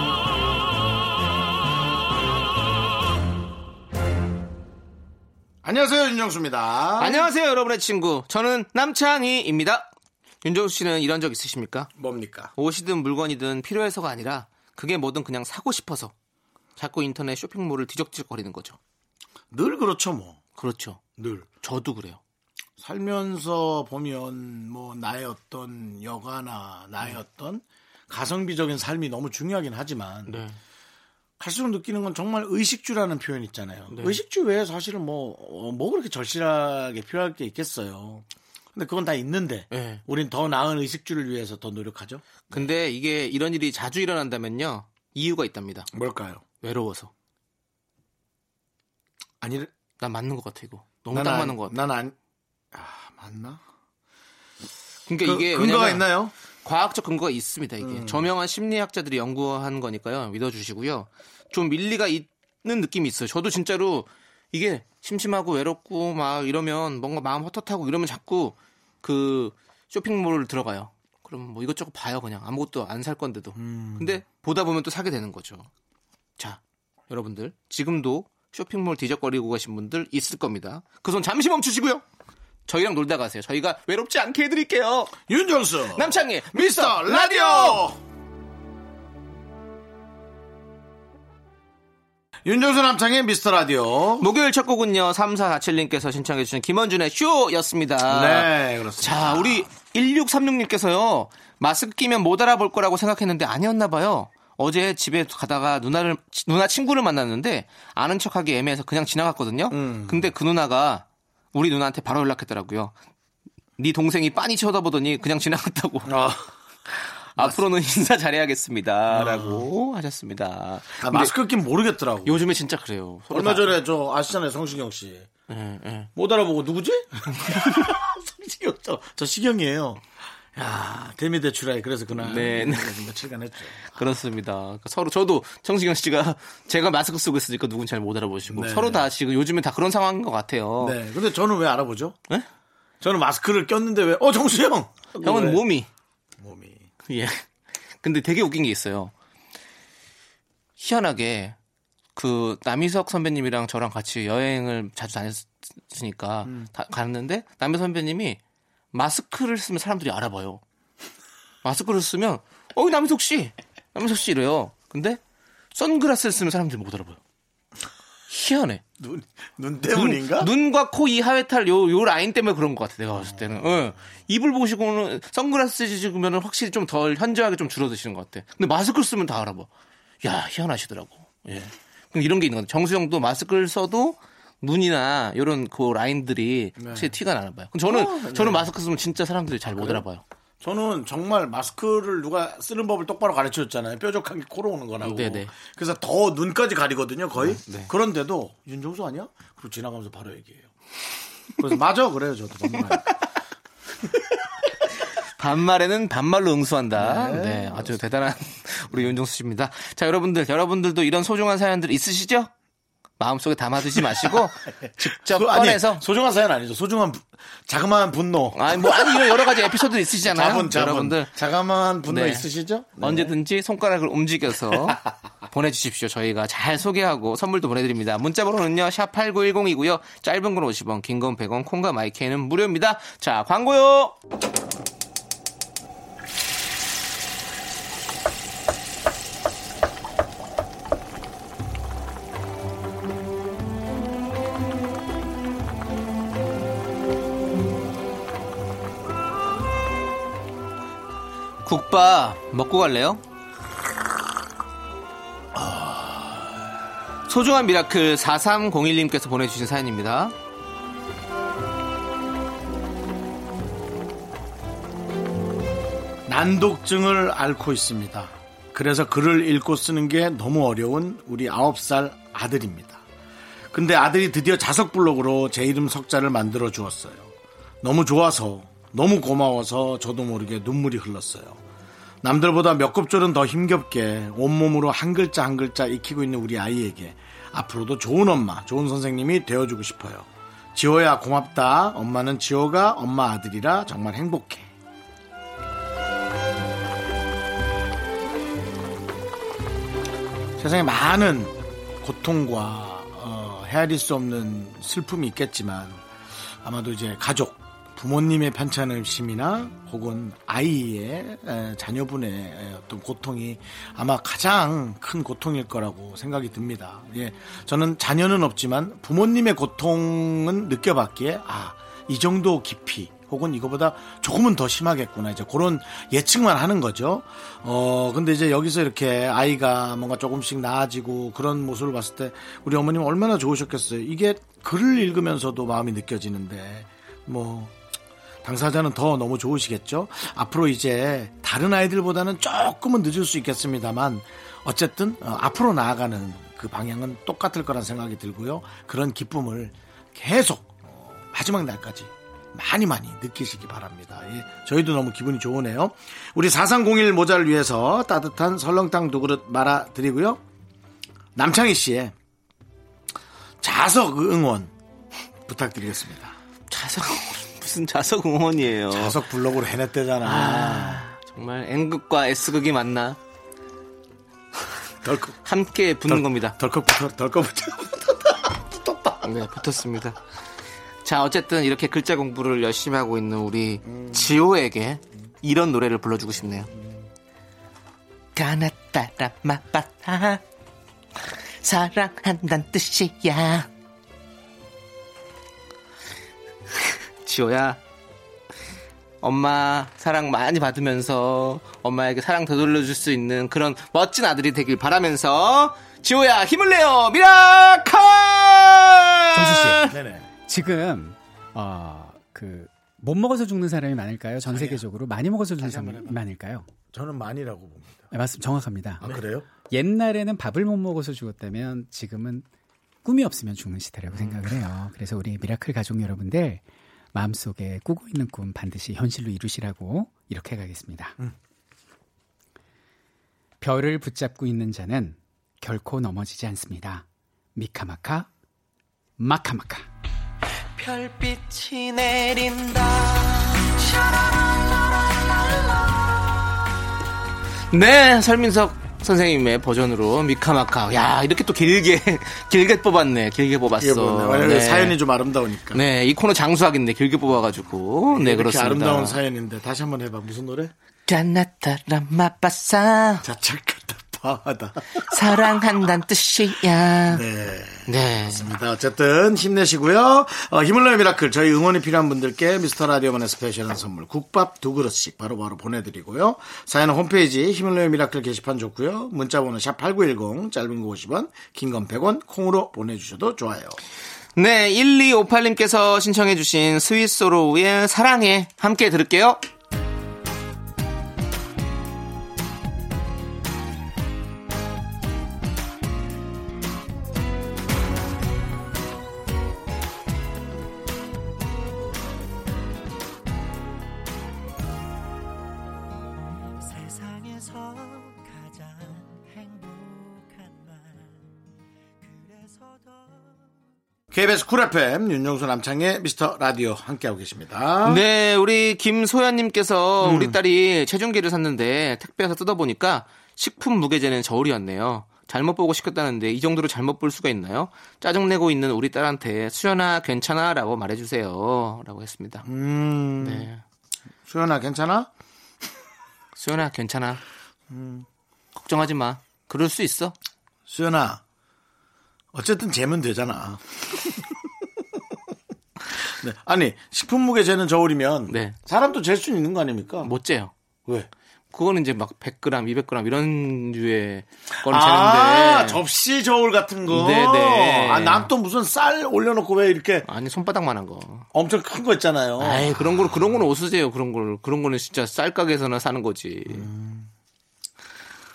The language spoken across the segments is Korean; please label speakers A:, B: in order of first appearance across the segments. A: 안녕하세요 윤정수입니다.
B: 아. 안녕하세요, 여러분의 친구. 저는 남창희입니다. 윤정수 씨는 이런 적 있으십니까?
A: 뭡니까?
B: 옷이든 물건이든 필요해서가 아니라 그게 뭐든 그냥 사고 싶어서 자꾸 인터넷 쇼핑몰을 뒤적질거리는 거죠.
A: 늘 그렇죠 뭐.
B: 그렇죠.
A: 늘
B: 저도 그래요.
A: 살면서 보면 뭐 나의 어떤 여가나
B: 네.
A: 나의 어떤 가성비적인 삶이 너무 중요하긴 하지만
B: 네.
A: 갈수록 느끼는 건 정말 의식주라는 표현 있잖아요.
B: 네.
A: 의식주 외에 사실은 뭐, 어, 뭐 그렇게 절실하게 필요할 게 있겠어요. 근데 그건 다 있는데,
B: 네.
A: 우린 더 나은 의식주를 위해서 더 노력하죠.
B: 근데 이게 이런 일이 자주 일어난다면요. 이유가 있답니다.
A: 뭘까요?
B: 외로워서.
A: 아니,
B: 난 맞는 것 같아, 이거. 너무 딱 맞는 것 같아.
A: 난 안, 아, 맞나?
B: 그러니까 이게
A: 그, 근거가
B: 왜냐면
A: 있나요?
B: 과학적 근거가 있습니다. 이게 저명한 심리학자들이 연구한 거니까요. 믿어주시고요. 좀 밀리가 있는 느낌이 있어요. 저도 진짜로 이게 심심하고 외롭고 막 이러면 뭔가 마음 헛헛하고 이러면 자꾸 그 쇼핑몰을 들어가요. 그럼 뭐 이것저것 봐요 그냥 아무것도 안 살 건데도. 근데 보다 보면 또 사게 되는 거죠. 자, 여러분들 지금도 쇼핑몰 뒤적거리고 가신 분들 있을 겁니다. 그 손 잠시 멈추시고요. 저희랑 놀다 가세요. 저희가 외롭지 않게 해드릴게요.
A: 윤정수!
B: 남창희 미스터 라디오
A: 라디오! 윤정수 남창의 미스터 라디오.
B: 목요일 첫 곡은요 3447님께서 신청해 주신 김원준의 쇼였습니다
A: 네, 그렇습니다.
B: 아, 자 우리 1636님께서요 마스크 끼면 못 알아볼 거라고 생각했는데 아니었나 봐요 어제 집에 가다가 누나를 누나 친구를 만났는데 아는 척하기 애매해서 그냥 지나갔거든요 근데 그 누나가 우리 누나한테 바로 연락했더라고요 네 동생이 빤히 쳐다보더니 그냥 지나갔다고
A: 아,
B: 앞으로는 인사 잘해야겠습니다라고 아. 하셨습니다
A: 나 아, 마스크 낀 모르겠더라고.
B: 요즘에 진짜 그래요. 서로
A: 얼마
B: 다-
A: 전에 저 아시잖아요, 성시경 씨.
B: 예, 예.
A: 못 알아보고 누구지? 성시경 저, 저 시경이에요. 야 대미대출하에 그래서 그날
B: 네.
A: 며칠간 했죠.
B: 그렇습니다. 그러니까 서로 저도 청시경 씨가 제가 마스크 쓰고 있으니까 누군 잘 못 알아보시고
A: 네.
B: 서로 다 지금 요즘에 다 그런 상황인 것 같아요.
A: 네. 근데 저는 왜 알아보죠?
B: 예?
A: 저는 마스크를 꼈는데 왜? 어 정수 형.
B: 형은
A: 왜?
B: 몸이
A: 몸이.
B: 예. 근데 되게 웃긴 게 있어요. 희한하게 그 남희석 선배님이랑 저랑 같이 여행을 자주 다녔으니까 다 갔는데 남희 선배님이 마스크를 쓰면 사람들이 알아봐요. 마스크를 쓰면 어 남희석 씨, 남희석 씨 이래요. 근데 선글라스를 쓰면 사람들이 못 알아봐요. 희한해.
A: 눈, 눈 때문인가?
B: 눈, 과코 이 하회탈 요, 요 라인 때문에 그런 것 같아 내가 봤을 때는 응. 입을 보시고는 선글라스 쓰시면 확실히 좀 덜 현저하게 좀 줄어드시는 것 같아 근데 마스크 쓰면 다 알아봐 야 희한하시더라고 예 그럼 이런 게 있는 것 같아 정수형도 마스크를 써도 눈이나 요런 그 라인들이
A: 네.
B: 확실히 티가 나나 봐요 근데
A: 어,
B: 저는 저는 마스크 쓰면 진짜 사람들이 잘 못 알아봐요
A: 저는 정말 마스크를 누가 쓰는 법을 똑바로 가르쳐 줬잖아요. 뾰족한 게 코로 오는 거라고.
B: 네네.
A: 그래서 더 눈까지 가리거든요, 거의.
B: 네.
A: 그런데도 윤종수 아니야? 그리고 지나가면서 바로 얘기해요. 그래서 맞아 그래요, 저도 반말.
B: 반말에는 반말로 응수한다. 네, 아주 대단한 우리 윤종수 씨입니다. 자, 여러분들, 여러분들도 이런 소중한 사연들 있으시죠? 마음속에 담아두지 마시고
A: 네.
B: 직접
A: 소- 아니,
B: 꺼내서
A: 소중한 사연 아니죠. 소중한 부- 자그마한 분노.
B: 아니 뭐 아니 이런 여러 가지 에피소드 있으시잖아요.
A: 자본, 자본.
B: 여러분들
A: 자그마한 분노
B: 네.
A: 있으시죠? 네.
B: 언제든지 손가락을 움직여서 보내주십시오. 저희가 잘 소개하고 선물도 보내드립니다. 문자번호는요 샵 #8910이고요. 짧은 건 50원, 긴 건 100원, 콩과 마이크는 무료입니다. 자, 광고요. 국밥 먹고 갈래요? 아, 소중한 미라클 4301님께서 보내주신 사연입니다.
A: 난독증을 앓고 있습니다. 그래서 글을 읽고 쓰는 게 너무 어려운 우리 9살 아들입니다. 근데 아들이 드디어 자석 블록으로 제 이름 석자를 만들어 주었어요. 너무 좋아서, 너무 고마워서 저도 모르게 눈물이 흘렀어요. 남들보다 몇 곱절은 더 힘겹게 온몸으로 한 글자 한 글자 익히고 있는 우리 아이에게 앞으로도 좋은 엄마, 좋은 선생님이 되어주고 싶어요. 지호야 고맙다. 엄마는 지호가 엄마 아들이라 정말 행복해. 세상에 많은 고통과 어, 헤아릴 수 없는 슬픔이 있겠지만 아마도 이제 가족, 부모님의 편찮음심이나 혹은 아이의 에, 자녀분의 에, 어떤 고통이 아마 가장 큰 고통일 거라고 생각이 듭니다. 예, 저는 자녀는 없지만 부모님의 고통은 느껴봤기에 아, 이 정도 깊이 혹은 이거보다 조금은 더 심하겠구나 이제 그런 예측만 하는 거죠. 어 근데 이제 여기서 이렇게 아이가 뭔가 조금씩 나아지고 그런 모습을 봤을 때 우리 어머님 얼마나 좋으셨겠어요. 이게 글을 읽으면서도 마음이 느껴지는데 뭐 당사자는 더 너무 좋으시겠죠. 앞으로 이제 다른 아이들보다는 조금은 늦을 수 있겠습니다만 어쨌든 어, 앞으로 나아가는 그 방향은 똑같을 거란 생각이 들고요. 그런 기쁨을 계속 어, 마지막 날까지 많이 많이 느끼시기 바랍니다. 예, 저희도 너무 기분이 좋으네요. 우리 4301 모자를 위해서 따뜻한 설렁탕 두 그릇 말아 드리고요. 남창희 씨의 자석 응원 부탁드리겠습니다.
B: 자석 무슨 자석 응원이에요.
A: 자석 블록으로 해냈대잖아.
B: 정말 N극과 S극이 만나
A: 덜컥
B: 함께 붙는 겁니다.
A: 덜컥 붙어 덜컥 붙어.
B: 네, 붙었습니다. 자, 어쨌든 이렇게 글자 공부를 열심히 하고 있는 우리 지호에게 이런 노래를 불러주고 싶네요. 가나따라 마바타 사랑한단 뜻이야. 지호야, 엄마 사랑 많이 받으면서 엄마에게 사랑 되돌려줄 수 있는 그런 멋진 아들이 되길 바라면서 지호야 힘을 내요 미라카
C: 정수 씨.
A: 네네.
C: 지금 어, 그못 먹어서 죽는 사람이 많을까요? 전 세계적으로 많이 먹어서 죽는 사람이 많을까요?
A: 저는 많이라고 봅니다.
C: 네, 맞습니다. 정확합니다.
A: 아 그래요?
C: 옛날에는 밥을 못 먹어서 죽었다면 지금은 꿈이 없으면 죽는 시대라고 생각을 해요. 그래서 우리 미라클 가족 여러분들 마음속에 꾸고 있는 꿈 반드시 현실로 이루시라고 이렇게 가겠습니다. 별을 붙잡고 있는 자는 결코 넘어지지 않습니다. 미카마카 마카마카
B: 별빛이 내린다. 네, 설민석 선생님의 버전으로 미카마카. 야, 이렇게 또 길게 길게 뽑았네. 길게
A: 이게
B: 뽑았어.
A: 뭐냐? 사연이 좀 아름다우니까.
B: 네, 이 코너 장수하겠네. 길게 뽑아가지고. 네,
A: 이렇게
B: 그렇습니다.
A: 아름다운 사연인데 다시 한번 해봐. 무슨 노래?
B: 짜나타라마빠싸
A: 자책같다 파하다.
B: 사랑한단 뜻이야.
A: 네.
B: 네.
A: 맞습니다. 어쨌든 힘내시고요. 어, 힘을 내요 미라클. 저희 응원이 필요한 분들께 미스터 라디오만의 스페셜한 선물 국밥 두 그릇씩 바로바로 보내드리고요. 사연은 홈페이지 힘을 내요 미라클 게시판 좋고요. 문자번호 샵8910 짧은 거 50원 긴 건 100원 콩으로 보내주셔도 좋아요.
B: 네, 1258님께서 신청해주신 스위스로우의 사랑해. 함께 들을게요.
D: 세상에서 가장 행복한 말 그래서 더
A: KBS 쿨 FM 윤정수 남창의 미스터 라디오 함께하고 계십니다.
B: 네, 우리 김소연님께서
A: 음.
B: 우리 딸이 체중계를 샀는데 택배에서 뜯어보니까 식품 무게재는 저울이었네요. 잘못 보고 시켰다는데 이 정도로 잘못 볼 수가 있나요? 짜증내고 있는 우리 딸한테 수연아 괜찮아 라고 말해주세요. 라고 했습니다.
A: 음,
B: 네.
A: 수연아 괜찮아?
B: 수연아 괜찮아.
A: 음.
B: 걱정하지 마. 그럴 수 있어.
A: 수연아 어쨌든 재면 되잖아. 네, 아니 식품 무게 재는 저울이면
B: 네. 뭐
A: 사람도 잴 수 있는 거 아닙니까?
B: 못 재요.
A: 왜?
B: 그거는 이제 막 100g, 200g 이런 류의 거는
A: 아
B: 재는데
A: 접시 저울 같은 거.
B: 네네.
A: 아난 또 무슨 쌀 올려놓고 왜 이렇게
B: 아니 손바닥만한 거.
A: 엄청 큰 거 있잖아요.
B: 아이 그런 걸 그런 거는 어수세요 그런 걸 그런 거는 진짜 쌀 가게에서나 사는 거지.
A: 음.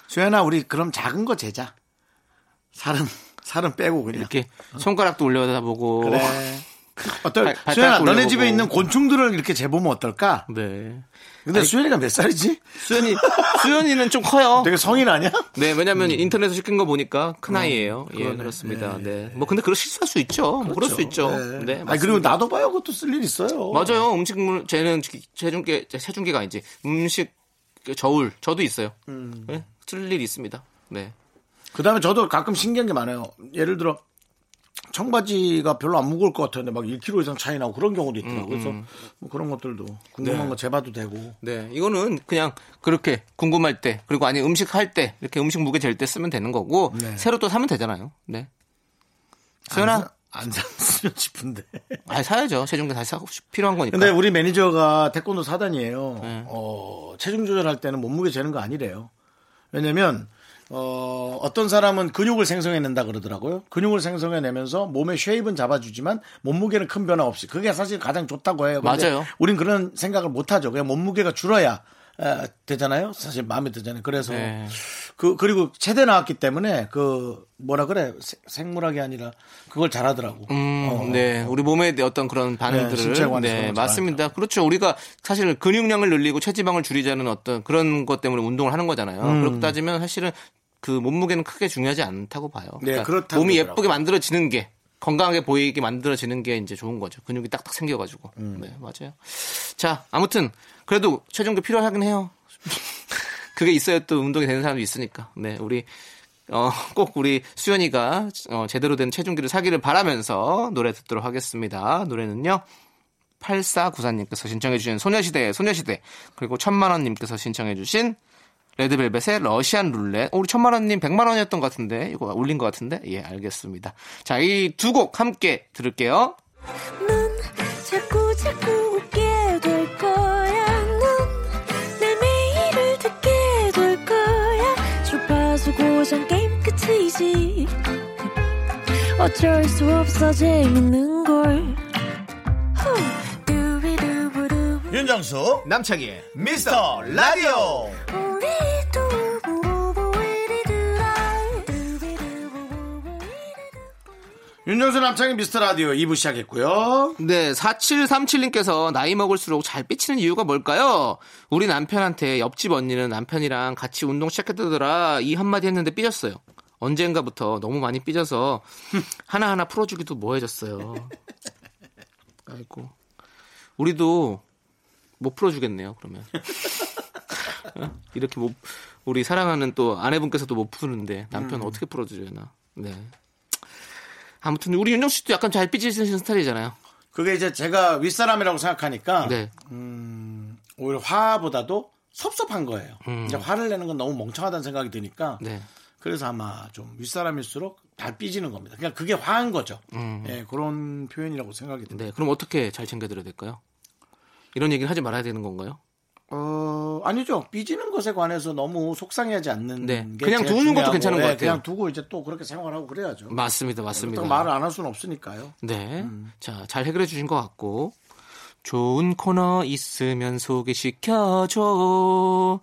A: 수연아 우리 그럼 작은 거 재자. 살은 살은 빼고 그냥.
B: 이렇게 손가락도 올려다보고.
A: 그래. 어떨
B: 발- 발가락
A: 수연아 너네
B: 올려보고.
A: 집에 있는 곤충들을 이렇게 재보면 어떨까?
B: 네.
A: 근데 수연이가 몇 살이지?
B: 수연이 수연이는 좀 커요.
A: 되게 성인 아니야?
B: 네, 왜냐면 인터넷에서 시킨 거 보니까 큰 아이예요. 예,
A: 어, 그러네. 그렇죠.
B: 그렇습니다. 네. 뭐 근데 그럴 실수할 수 있죠. 그럴수 있죠. 네.
A: 아 그리고 나도 봐요 그것도 쓸 일 있어요.
B: 맞아요. 음식물 쟤는 체중계 체중계가 아니지. 음식 저울 저도 있어요.
A: 음.
B: 네? 쓸일 있습니다. 네.
A: 그다음에 저도 가끔 신기한 게 많아요. 예를 들어 청바지가 별로 안 무거울 것 같았는데 막 1kg 이상 차이 나고 그런 경우도 있더라고요. 그래서 뭐 그런 것들도 궁금한
B: 음, 네.
A: 거 재봐도 되고.
B: 네, 이거는 그냥 그렇게 궁금할 때 그리고 아니 음식 할 때 이렇게 음식 무게 잴 때 쓰면 되는 거고
A: 네.
B: 새로 또 사면 되잖아요. 네. 수연아,
A: 안 샀으면 싶은데.
B: 아 사야죠. 체중계 다시 사고 싶- 필요한 거니까.
A: 근데 우리 매니저가 태권도 사단이에요.
B: 네.
A: 어, 체중 조절할 때는 몸무게 재는 거 아니래요. 왜냐면 어, 어떤 사람은 근육을 생성해낸다 그러더라고요. 근육을 생성해내면서 몸의 쉐입은 잡아주지만 몸무게는 큰 변화 없이 그게 사실 가장 좋다고 해요. 근데
B: 맞아요.
A: 우린 그런 생각을 못 하죠. 그냥 몸무게가 줄어야 에, 되잖아요. 사실 마음에 들잖아요. 그래서
B: 네.
A: 그 그리고 체대 나왔기 때문에 그 뭐라 그래 세- 생물학이 아니라 그걸 잘하더라고.
B: 음,
A: 어.
B: 네. 우리 몸에 대- 어떤 그런
A: 네,
B: 반응들을.
A: 신체
B: 네,
A: 관리처럼 잘하죠.
B: 맞습니다. 그렇죠. 우리가 사실 근육량을 늘리고 체지방을 줄이자는 어떤 그런 것 때문에 운동을 하는 거잖아요.
A: 음.
B: 그렇게 따지면 사실은 그 몸무게는 크게 중요하지 않다고 봐요. 그러니까
A: 네, 그렇다고
B: 몸이
A: 그러더라고요.
B: 예쁘게 만들어지는 게 건강하게 보이게 만들어지는 게 이제 좋은 거죠. 근육이 딱딱 생겨가지고.
A: 음.
B: 네, 맞아요. 자, 아무튼 그래도 체중도 필요하긴 해요. 그게 있어야 또 운동이 되는 사람도 있으니까. 네, 우리 어, 꼭 우리 수연이가 어, 제대로 된 체중기를 사기를 바라면서 노래 듣도록 하겠습니다. 노래는요. 8494님께서 신청해주신 소녀시대, 소녀시대. 그리고 천만원님께서 신청해주신 레드벨벳의 러시안 룰렛. 어, 우리 천만원님 100만원이었던 것 같은데, 이거 올린 것 같은데? 예, 알겠습니다. 자, 이 두 곡 함께 들을게요.
E: 넌 자꾸 자꾸 웃게 될 거야. 넌내 매일을 듣게 될 거야. 주파수 고정 게임 끝이지. 어쩔 수 없어 재밌는 걸. 후. 두비두부두.
A: 윤정수 남창희 미스터 라디오.
E: 우리 두부부부 우리 두라. 두비두부부부 우리 두라.
A: 윤정수 남창희 미스터 라디오 2부 시작했고요.
B: 네, 4737님께서 나이 먹을수록 잘 삐치는 이유가 뭘까요? 우리 남편한테 옆집 언니는 남편이랑 같이 운동 시작했다더라. 이 한마디 했는데 삐졌어요. 언젠가부터 너무 많이 삐져서 하나하나 풀어주기도 뭐해졌어요. 아이고. 우리도 못 풀어주겠네요, 그러면. 어? 이렇게 못, 우리 사랑하는 또 아내분께서도 못 푸는데 남편 어떻게 풀어주려나. 네. 아무튼 우리 윤정 씨도 약간 잘 삐지시는 스타일이잖아요.
A: 그게 이제 제가 윗사람이라고 생각하니까
B: 네.
A: 오히려 화보다도 섭섭한 거예요. 이제 화를 내는 건 너무 멍청하다는 생각이 드니까
B: 음. 네.
A: 그래서 아마 좀 윗사람일수록 잘 삐지는 겁니다. 그러니까 그냥 그게 화한 거죠.
B: 음.
A: 예, 그런 표현이라고 생각이 듭니다.
B: 네. 그럼 어떻게 잘 챙겨드려야 될까요? 이런 얘기를 하지 말아야 되는 건가요? 네.
A: 어, 아니죠. 삐지는 것에 관해서 너무 속상해하지 않는
B: 네.
A: 게
B: 그냥
A: 제일
B: 두는 것도
A: 중요하고,
B: 괜찮은 것
A: 예,
B: 같아요.
A: 그냥 두고 이제 또 그렇게 생활하고 그래야죠.
B: 맞습니다. 맞습니다.
A: 그렇다고 말을 안 할 수는 없으니까요.
B: 네.
A: 음.
B: 자, 잘 해결해 주신 것 같고. 좋은 코너 있으면 소개시켜줘.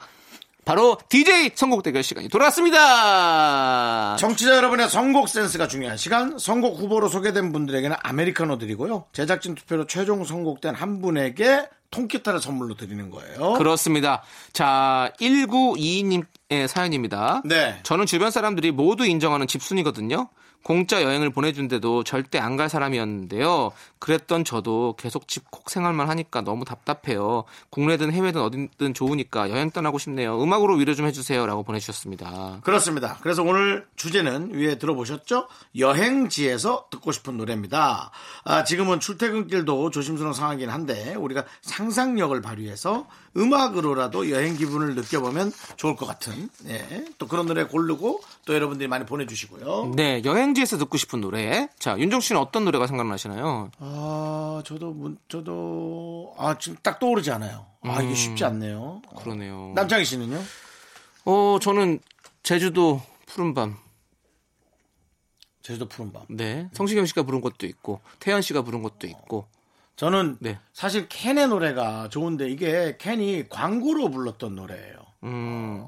B: 바로 DJ 선곡 대결 시간이 돌아왔습니다.
A: 정치자 여러분의 선곡 센스가 중요한 시간. 선곡 후보로 소개된 분들에게는 아메리카노 드리고요. 제작진 투표로 최종 선곡된 한 분에게 통기타를 선물로 드리는 거예요.
B: 그렇습니다. 자, 1922님의 사연입니다.
A: 네.
B: 저는 주변 사람들이 모두 인정하는 집순이거든요. 공짜 여행을 보내준데도 절대 안 갈 사람이었는데요. 그랬던 저도 계속 집콕 생활만 하니까 너무 답답해요. 국내든 해외든 어디든 좋으니까 여행 떠나고 싶네요. 음악으로 위로 좀 해주세요. 라고 보내주셨습니다.
A: 그렇습니다. 그래서 오늘 주제는 위에 들어보셨죠? 여행지에서 듣고 싶은 노래입니다. 아, 지금은 출퇴근길도 조심스러운 상황이긴 한데 우리가 상상력을 발휘해서 음악으로라도 여행 기분을 느껴보면 좋을 것 같은 예, 또 그런 노래 고르고 또 여러분들이 많이 보내주시고요.
B: 네, 여행지에서 듣고 싶은 노래. 자, 윤정 씨는 어떤 노래가 생각나시나요?
A: 아, 저도 문, 저도 아 지금 딱 떠오르지 않아요. 아 이게 쉽지 않네요.
B: 음.
A: 어.
B: 그러네요.
A: 남창희 씨는요?
B: 어, 저는 제주도 푸른밤.
A: 제주도 푸른 밤.
B: 네. 성시경 씨가 부른 것도 있고 태연 씨가 부른 것도 있고
A: 저는
B: 네.
A: 사실 캔의 노래가 좋은데 이게 캔이 광고로 불렀던 노래예요.
B: 음.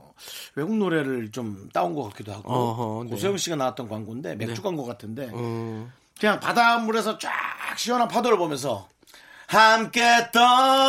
A: 외국 노래를 좀 따온 것 같기도 하고
B: 어허, 네.
A: 고세영 씨가 나왔던 광고인데 맥주 광고 같은데
B: 음.
A: 그냥 바닷물에서 쫙 시원한 파도를 보면서 함께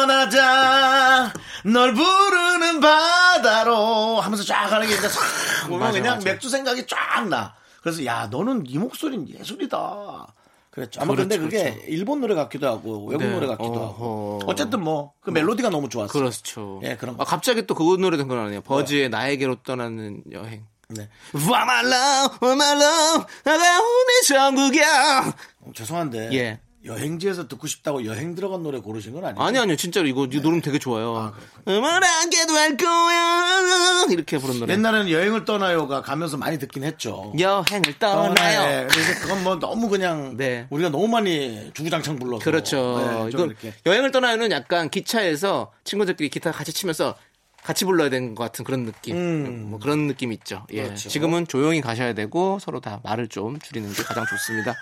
A: 떠나자 널 부르는 바다로 하면서 쫙 하는 게 이제 싹 보면
B: 맞아,
A: 그냥
B: 맞아.
A: 맥주 생각이 쫙 나. 그래서 야 너는 네 목소리는 예술이다. 그랬죠. 아마 근데
B: 그렇죠,
A: 그게 일본 노래 같기도 하고 외국
B: 네.
A: 노래 같기도 하고
B: 어허. 네.
A: 어쨌든 뭐 그 멜로디가 너무 좋았어.
B: 그렇죠.
A: 예, 그런 거.
B: 아, 갑자기 또 그 노래 생각나네요. 버즈의 나에게로 떠나는 여행.
A: 네.
B: What my love, what my love, 나가 오늘 전국이야.
A: 어, 죄송한데
B: 예.
A: 여행지에서 듣고 싶다고 여행 들어간 노래 고르신 건 아니에요?
B: 아니 아니요 진짜로 이거
A: 네.
B: 이 노래 되게 좋아요. 음을 안게도 할 거야 이렇게 부른 노래.
A: 옛날에는 여행을 떠나요가 가면서 많이 듣긴 했죠.
B: 여행을
A: 네,
B: 떠나요.
A: 근데 이제 그건 뭐 너무 그냥
B: 네.
A: 우리가 너무 많이 주구장창 불러서
B: 그렇죠.
A: 네, 좀
B: 이건
A: 이렇게
B: 여행을 떠나요는 약간 기차에서 친구들끼리 기타 같이 치면서 같이 불러야 되는 것 같은 그런 느낌. 뭐 그런 느낌 있죠. 예.
A: 음. 그렇죠.
B: 지금은 조용히 가셔야 되고 서로 다 말을 좀 줄이는 게 가장 좋습니다.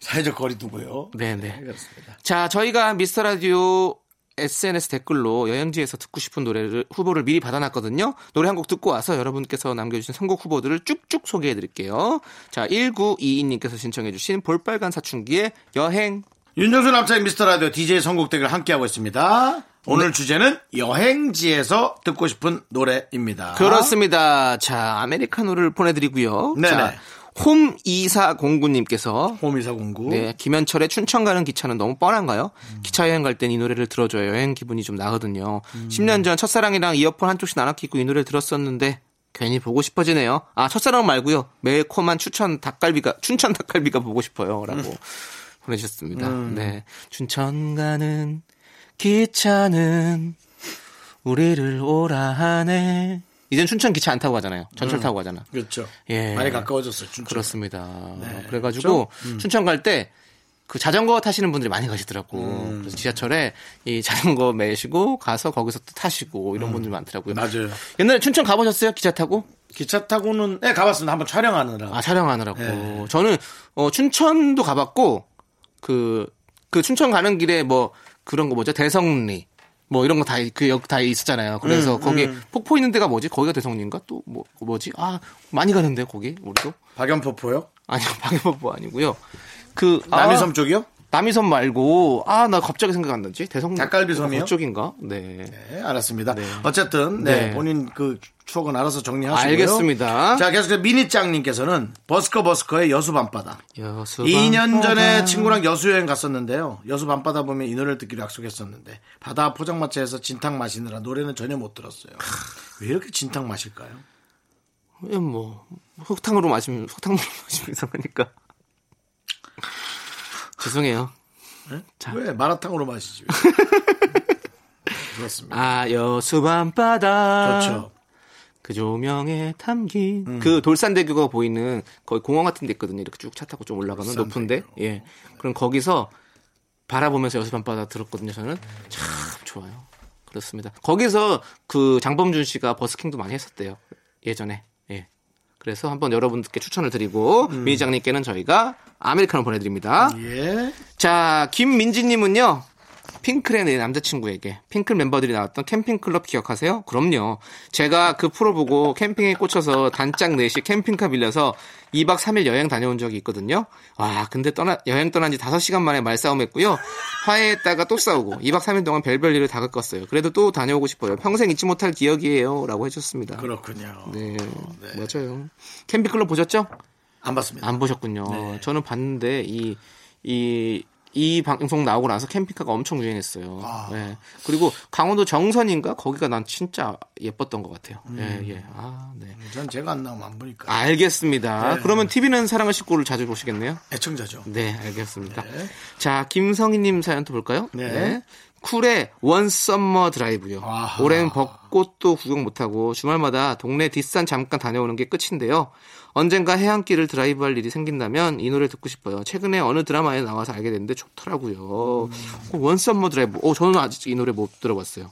A: 사회적 거리 두고요.
B: 네, 네.
A: 그렇습니다.
B: 자, 저희가 미스터 라디오 SNS 댓글로 여행지에서 듣고 싶은 노래를 후보를 미리 받아놨거든요. 노래 한 곡 듣고 와서 여러분께서 남겨주신 선곡 후보들을 쭉쭉 소개해드릴게요. 자, 1922님께서 신청해주신 볼빨간 사춘기의 여행.
A: 윤정수 남창의 미스터 라디오 DJ 선곡 대결 함께하고 있습니다. 오늘 주제는 여행지에서 듣고 싶은 노래입니다.
B: 그렇습니다. 자, 아메리카노를 보내드리고요.
A: 네네.
B: 자, 홈2409님께서
A: 호미사 공구.
B: 네, 김현철의 춘천 가는 기차는 너무 뻔한가요? 기차 여행 갈 땐 이 노래를 들어줘야 여행 기분이 좀 나거든요. 10년 전 첫사랑이랑 이어폰 한쪽씩 나눠 끼고 이 노래를 들었었는데 괜히 보고 싶어지네요. 아, 첫사랑 말고요. 매콤한 추천 닭갈비가 춘천 닭갈비가 보고 싶어요라고 보내셨습니다. 네. 춘천 가는 기차는 우리를 오라 하네. 이젠 춘천 기차 안 타고 가잖아요. 전철 타고 가잖아.
A: 그렇죠.
B: 예.
A: 많이 가까워졌어요. 진짜.
B: 그렇습니다. 네, 그래가지고 춘천 갈 때 그 자전거 타시는 분들이 많이 가시더라고. 그래서 지하철에 이 자전거 매시고 가서 거기서 또 타시고 이런 분들이 많더라고요.
A: 맞아요.
B: 옛날에 춘천 가보셨어요? 기차 타고?
A: 기차 타고는 네, 가봤습니다. 한번 촬영하느라.
B: 아 촬영하느라고. 저는 어, 춘천도 가봤고 그 그 춘천 가는 길에 뭐 그런 거 뭐죠? 대성리 뭐 이런 거 다 그 역 다 있었잖아요. 그래서 거기 폭포 있는 데가 뭐지? 거기가 대성리인가? 또 뭐 뭐지? 아 많이 가는데 거기 우리도.
A: 박연포포요?
B: 아니요, 방해법보 아니고요. 그
A: 남이섬
B: 아,
A: 쪽이요?
B: 남이섬 말고 아 나 갑자기 생각 안 나지 대성
A: 닭갈비섬이요?
B: 그쪽인가? 네.
A: 네, 알았습니다. 어쨌든 네,
B: 네.
A: 본인 그 추억은 알아서 정리하시고요.
B: 알겠습니다.
A: 자, 계속해서 미니짱님께서는 버스커 버스커의 여수 밤바다.
B: 여수.
A: 2년 전에 친구랑 여수 여행 갔었는데요. 여수 밤바다 보면 이 노래를 듣기로 약속했었는데 바다 포장마차에서 진탕 마시느라 노래는 전혀 못 들었어요. 왜 이렇게 진탕 마실까요?
B: 예, 뭐 흙탕으로 마시면 흙탕으로 마시면 이상하니까. 죄송해요.
A: 왜 마라탕으로 마시지? 그렇습니다.
B: 아 여수 밤바다.
A: 그렇죠.
B: 그 조명에 담긴 그 돌산대교가 보이는 거의 공원 같은 데 있거든요. 이렇게 쭉 차 타고 좀 올라가면 높은데. 예. 그럼 거기서 바라보면서 여수 밤바다 들었거든요. 저는 참 좋아요. 그렇습니다. 거기서 그 장범준 씨가 버스킹도 많이 했었대요. 예전에. 예. 그래서 한번 여러분들께 추천을 드리고 미장님께는 저희가 아메리카노 보내드립니다.
A: 예.
B: 자, 김민지님은요. 핑클의 내 남자친구에게 핑클 멤버들이 나왔던 캠핑클럽 기억하세요? 그럼요. 제가 그 프로 보고 캠핑에 꽂혀서 단짝 넷이 캠핑카 빌려서 2박 3일 여행 다녀온 적이 있거든요. 와, 근데 떠나, 여행 떠난 지 5시간 만에 말싸움했고요. 화해했다가 또 싸우고 2박 3일 동안 별별 일을 다 겪었어요. 그래도 또 다녀오고 싶어요. 평생 잊지 못할 기억이에요. 라고 해주셨습니다.
A: 그렇군요.
B: 네, 맞아요. 캠핑클럽 보셨죠?
A: 안 봤습니다.
B: 안 보셨군요. 저는 봤는데 이 이, 이 방송 나오고 나서 캠핑카가 엄청 유행했어요. 예. 그리고 강원도 정선인가 거기가 난 진짜 예뻤던 것 같아요. 예, 예. 아, 네.
A: 전 제가 안 나오면 안 보니까
B: 아. 알겠습니다. 그러면 TV는 사랑의 식구를 자주 보시겠네요.
A: 애청자죠.
B: 네, 알겠습니다. 자, 김성희님 사연 또 볼까요?
A: 네.
B: 쿨의 원 썸머 드라이브요.
A: 아하.
B: 올해는 벚꽃도 구경 못하고 주말마다 동네 뒷산 잠깐 다녀오는 게 끝인데요. 언젠가 해안길을 드라이브할 일이 생긴다면 이 노래 듣고 싶어요. 최근에 어느 드라마에 나와서 알게 됐는데 좋더라고요.
A: 음.
B: 그 원 썸머 드라이브. 어, 저는 아직 이 노래 못 들어봤어요.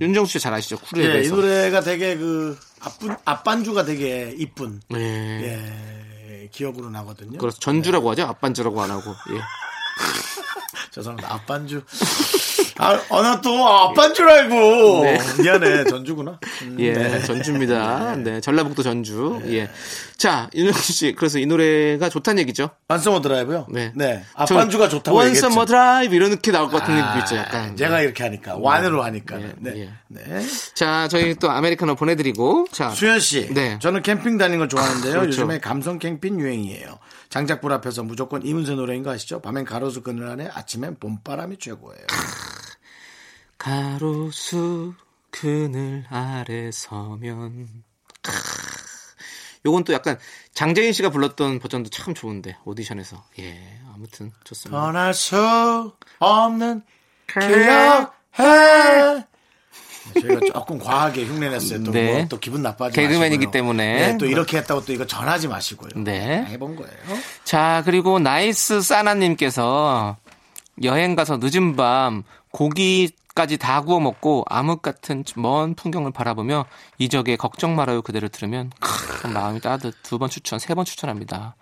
B: 윤, 정수 씨 잘 아시죠? 쿨에
A: 예, 음. 이
B: 대해서.
A: 노래가 되게 그 앞분 앞반주가 되게 이쁜
B: 예.
A: 예, 기억으로 나거든요.
B: 그렇죠. 그래서 전주라고 하죠? 앞반주라고 안 하고. 예.
A: 죄송합니다. 앞반주. 아, 어, 나또 앞반줄 알고.
B: 네.
A: 미안해. 전주구나. 음,
B: 예,
A: 네.
B: 전주입니다. 네, 전라북도 전주. 예. 자, 윤정수 씨, 그래서 이 노래가 좋다는 얘기죠?
A: 반서머 드라이브요?
B: 네.
A: 앞반주가 좋다고
B: 원썸
A: 얘기했죠.
B: 머 드라이브 이렇게 나올 것 같은
A: 아,
B: 느낌 있죠, 약간. 네.
A: 제가 이렇게 하니까. 완으로 하니까.
B: 예,
A: 네.
B: 예.
A: 네.
B: 자, 저희 또 아메리카노 보내드리고, 자,
A: 수현 씨,
B: 네.
A: 저는 캠핑 다니는 걸 좋아하는데요.
B: 그렇죠.
A: 요즘에 감성 캠핑 유행이에요. 장작불 앞에서 무조건 이문세 노래인 거 아시죠? 밤엔 가로수 그늘 안에, 아침엔 봄바람이 최고예요.
B: 가로수 그늘 아래 서면. 크. 요건 또 약간 장재인 씨가 불렀던 버전도 참 좋은데 오디션에서 예 아무튼 좋습니다.
A: 떠날 수 없는 기억해. 저희가 조금 과하게 흉내냈어요. 또,
B: 네.
A: 뭐또 기분 나빠지
B: 개그맨이기
A: 마시고요.
B: 때문에.
A: 네, 또 이렇게 했다고 또 이거 전하지 마시고요.
B: 네.
A: 그냥 해본 거예요.
B: 자, 그리고 나이스 사나님께서 여행가서 늦은 밤 고기까지 다 구워 먹고 암흑 같은 먼 풍경을 바라보며 이적의 걱정 말아요 그대를 들으면 크, 참 마음이 따뜻 두 번 추천, 세 번 추천합니다.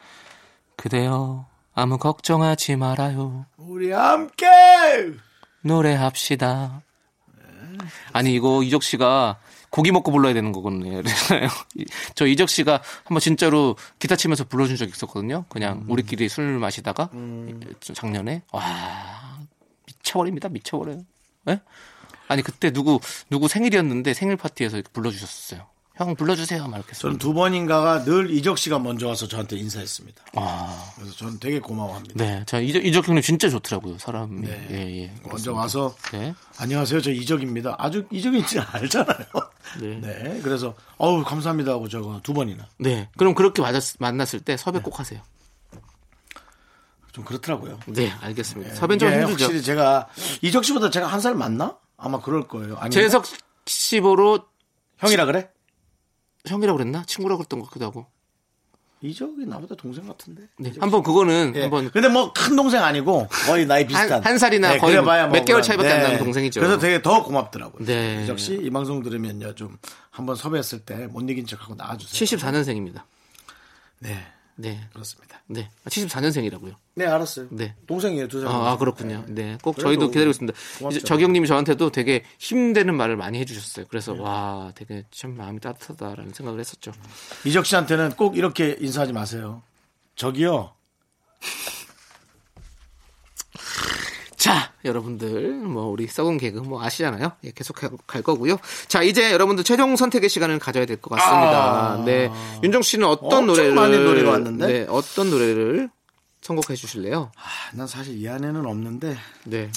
B: 그대여, 아무 걱정하지 말아요.
A: 우리 함께!
B: 노래합시다. 아니, 이거 이적 씨가 고기 먹고 불러야 되는 거거든요. 그래서요. 이- 저 이적 씨가 한번 진짜로 기타 치면서 불러준 적 있었거든요. 그냥
A: 음.
B: 우리끼리 술 마시다가 작년에 와 미쳐버립니다, 미쳐버려요. 예? 아니 그때 누구 누구 생일이었는데 생일 파티에서 이렇게 불러주셨어요. 형 불러주세요, 막 이렇게.
A: 저는 두 번인가가 늘 이적 씨가 먼저 와서 저한테 인사했습니다.
B: 아,
A: 그래서 저는 되게 고마워합니다.
B: 네, 저 이적 이적 형님 진짜 좋더라고요, 사람이.
A: 네.
B: 예, 예.
A: 먼저 와서
B: 네.
A: 안녕하세요. 저 이적입니다. 아주 이적인지 알잖아요.
B: 네.
A: 네. 그래서 어우 감사합니다 하고 저거 두 번이나
B: 네. 그럼 그렇게 맞았, 만났을 때
A: 네.
B: 섭외 꼭 하세요.
A: 좀 그렇더라고요.
B: 네, 알겠습니다. 섭외는 좀
A: 이게
B: 힘들죠.
A: 확실히 제가 이적 씨보다 제가 한 살 많나? 아마 그럴 거예요. 아니
B: 재석 씨보로
A: 형이라 그래?
B: 형이라고 그랬나? 친구라고 그랬던 것 같기도 하고.
A: 이적이 나보다 동생 같은데.
B: 네. 한번 그거는
A: 예.
B: 한번
A: 근데 뭐 큰 동생 아니고 거의 나이 비슷한 예,
B: 한- 한 살이나 거의
A: 그래봐야 뭐
B: 몇
A: 그런-
B: 개월
A: 네.
B: 차이밖에 안 나는 동생이죠.
A: 그래서 되게 더 고맙더라고요.
B: 네.
A: 이적 씨 이 방송 들으면요 좀 한번 섭외했을 때 못 이긴 척하고 나와주세요.
B: 74년생입니다.
A: 네
B: 네.
A: 그렇습니다.
B: 네. 74년생이라고요.
A: 네 알았어요.
B: 네.
A: 동생이에요 두 살.
B: 아, 아, 그렇군요. 네. 꼭
A: 그래도
B: 저희도 기다리고 있습니다.
A: 고맙죠.
B: 이제 적영님이 저한테도 되게 힘되는 말을 많이 해주셨어요.
A: 네.
B: 그래서 와, 되게 참 마음이 따뜻하다라는 생각을 했었죠.
A: 이적 씨한테는 꼭 이렇게 인사하지 마세요. 저기요.
B: 자, 여러분들, 뭐, 우리 썩은 개그 뭐 아시잖아요. 예, 계속 가- 갈 거고요. 자, 이제 여러분들 최종 선택의 시간을 가져야 될 것 같습니다.
A: 아.
B: 네. 윤정 씨는 어떤
A: 엄청
B: 노래를.
A: 많이 노래가 왔는데?
B: 네, 어떤 노래를 선곡해 주실래요?
A: 아, 난 사실 이 안에는 없는데
B: 네.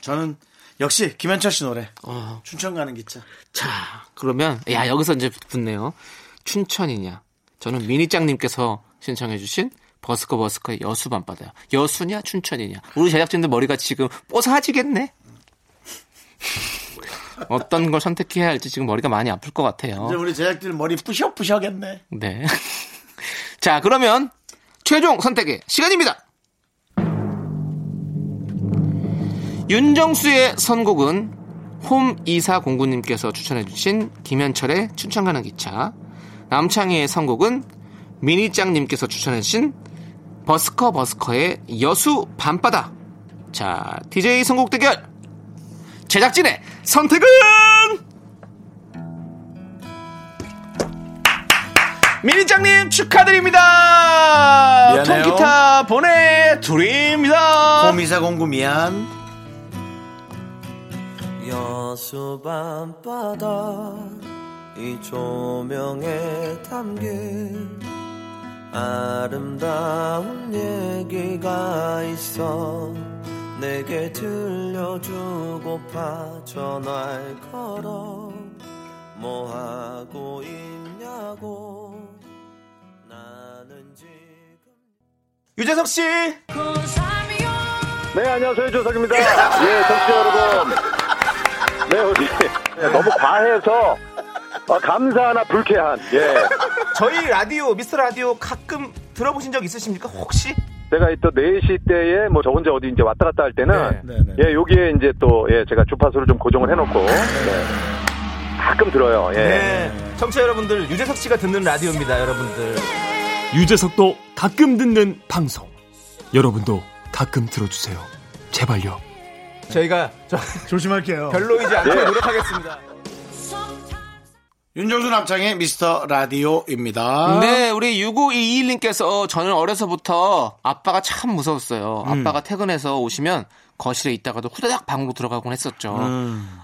A: 저는 역시 김현철 씨 노래
B: 어,
A: 춘천 가는 기차.
B: 자, 그러면, 야, 여기서 이제 붙네요. 춘천이냐. 저는 미니짱님께서 신청해 주신 버스커 버스커 의 여수 밤바다야. 여수냐, 춘천이냐. 우리 제작진들 머리가 지금 뽀사지겠네? 어떤 걸 선택해야 할지 지금 머리가 많이 아플 것
A: 이제
B: 같아요.
A: 우리 제작진 머리 부셔부셔겠네.
B: 네. 자, 그러면 최종 선택의 시간입니다. 윤정수의 선곡은 홈 이사 공구님께서 추천해주신 김현철의 춘천 가는 기차, 남창희의 선곡은 미니짱님께서 추천해주신 버스커 버스커의 여수 밤바다. 자, DJ 선곡 대결 제작진의 선택은 미니짱님 축하드립니다.
A: 미안해요.
B: 통기타 보내드립니다.
A: 호미사 공구 미안.
F: 여수 밤바다 이 조명에 담긴 아름다운 얘기가 있어 내게 들려주고파 전화를 걸어 뭐하고 있냐고 나는 지금
B: 유재석 씨.
G: 네, 안녕하세요. 조석입니다. 예, 정치 여러분. 네, 우리 너무 과해서 아, 감사하나 불쾌한. 예.
B: 저희 라디오 미스터 라디오 가끔 들어보신 적 있으십니까 혹시?
G: 제가 또 4시 때에 뭐 저 혼자 어디 이제 왔다 갔다 할 때는
A: 네, 네, 네.
G: 예, 여기에 이제 또 예, 제가 주파수를 좀 고정을 해 놓고 네. 가끔 들어요. 예.
B: 청취자 여러분들 유재석 씨가 듣는 라디오입니다 여러분들
H: 유재석도 가끔 듣는 방송
I: 여러분도 가끔 들어주세요. 제발요.
J: 저희가 저-
A: 조심할게요.
J: 별로이지 않게 노력하겠습니다.
A: 윤정수 남창의 미스터 라디오입니다.
B: 네, 우리 6521님께서 저는 어려서부터 아빠가 참 무서웠어요. 아빠가 퇴근해서 오시면 거실에 있다가도 후다닥 방으로 들어가곤 했었죠.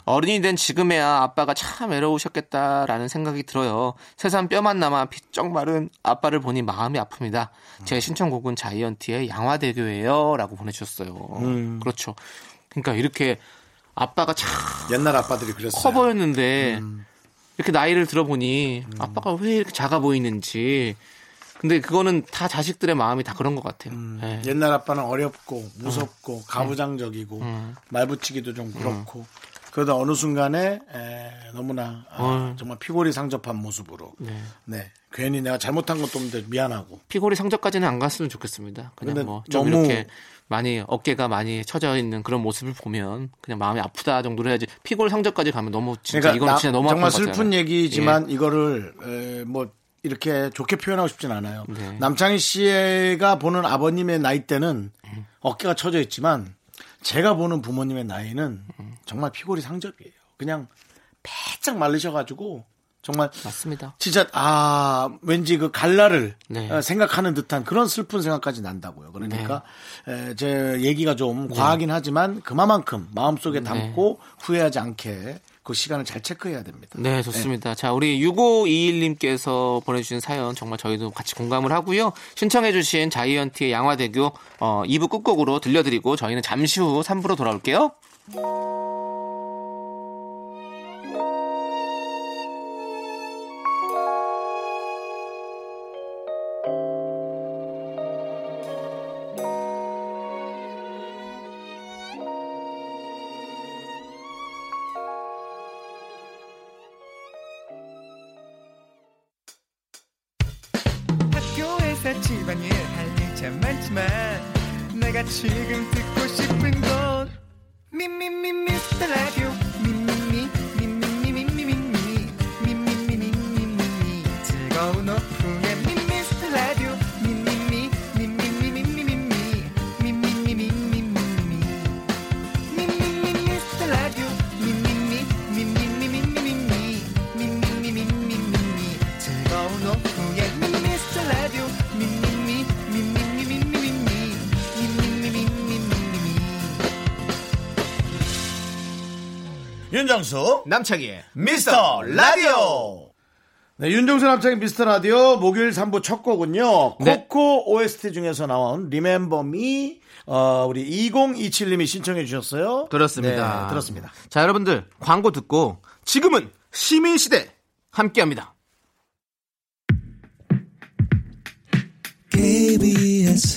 B: 어른이 된 지금에야 아빠가 참 외로우셨겠다라는 생각이 들어요. 세상 뼈만 남아 피쩍 마른 아빠를 보니 마음이 아픕니다. 제 신청곡은 자이언티의 양화대교예요. 라고 보내주셨어요. 그렇죠. 그러니까 이렇게 아빠가 참
A: 옛날 아빠들이 그랬어요.
B: 커 보였는데
A: 음.
B: 이렇게 나이를 들어보니 아빠가 왜 이렇게 작아 보이는지 근데 그거는 다 자식들의 마음이 다 그런 것 같아요. 예.
A: 옛날 아빠는 어렵고 무섭고 가부장적이고 말붙이기도 좀 그렇고 그러다 어느 순간에 에, 너무나 아, 정말 피골이 상접한 모습으로 네. 괜히 내가 잘못한 것도 없는데 미안하고
B: 피골이 상접까지는 안 갔으면 좋겠습니다.
A: 근데
B: 그냥 뭐좀
A: 너무-
B: 이렇게 많이 어깨가 많이 처져 있는 그런 모습을 보면 그냥 마음이 아프다 정도로 해야지 피골 상접까지 가면 너무 진짜 이건
A: 그러니까 나-
B: 진짜 너무 아픈
A: 정말
B: 거잖아요. 예.
A: 슬픈 얘기지만 이거를 에, 뭐 이렇게 좋게 표현하고 싶진 않아요.
B: 네.
A: 남창희 씨가 보는 아버님의 나이 때는 어깨가 처져 있지만 제가 보는 부모님의 나이는 정말 피골이 상접이에요. 그냥 바짝 말리셔가지고 정말
B: 예. 맞습니다.
A: 진짜 아 왠지 그 갈라를
B: 네.
A: 어, 생각하는 듯한 그런 슬픈 생각까지 난다고요. 그러니까
B: 네.
A: 에, 제 얘기가 좀 과하긴 하지만 그만큼
B: 네.
A: 마음속에 담고 후회하지 않게 그 시간을 잘 체크해야 됩니다.
B: 네, 좋습니다. 자, 우리 6521님께서 보내주신 사연 정말 저희도 같이 공감을 하고요. 신청해주신 자이언티의 양화대교 어, 2부 끝곡으로 들려드리고 저희는 잠시 후 3부로 돌아올게요.
D: 학교에서 집안일 할 일 참 많지만 내가 지금 듣고 싶은 건 미미미 미스터 라디오 미미미 미미미 미미미 미미미 미미미 즐거운 오후에 미스터 라디오 미미미 미미미 미미미 미미미 미미미 미미미 미스터 라디오 미미미 미미미 미미미 미미미 미미미 즐거운 오후에 미스터 라디오 미미미 미미미 미미미 미미미
A: 윤정수
J: 남창희의
A: 네, 미스터 라디오. 네, 윤정수 남창의 미스터 라디오 목요일 3부 첫 곡은요.
B: 네.
A: 코코 OST 중에서 나온 Remember Me 어, 우리 2027님이 신청해 주셨어요.
B: 그렇습니다.
A: 네, 들었습니다.
B: 자, 여러분들 광고 듣고 지금은 시민시대 함께합니다.
D: KBS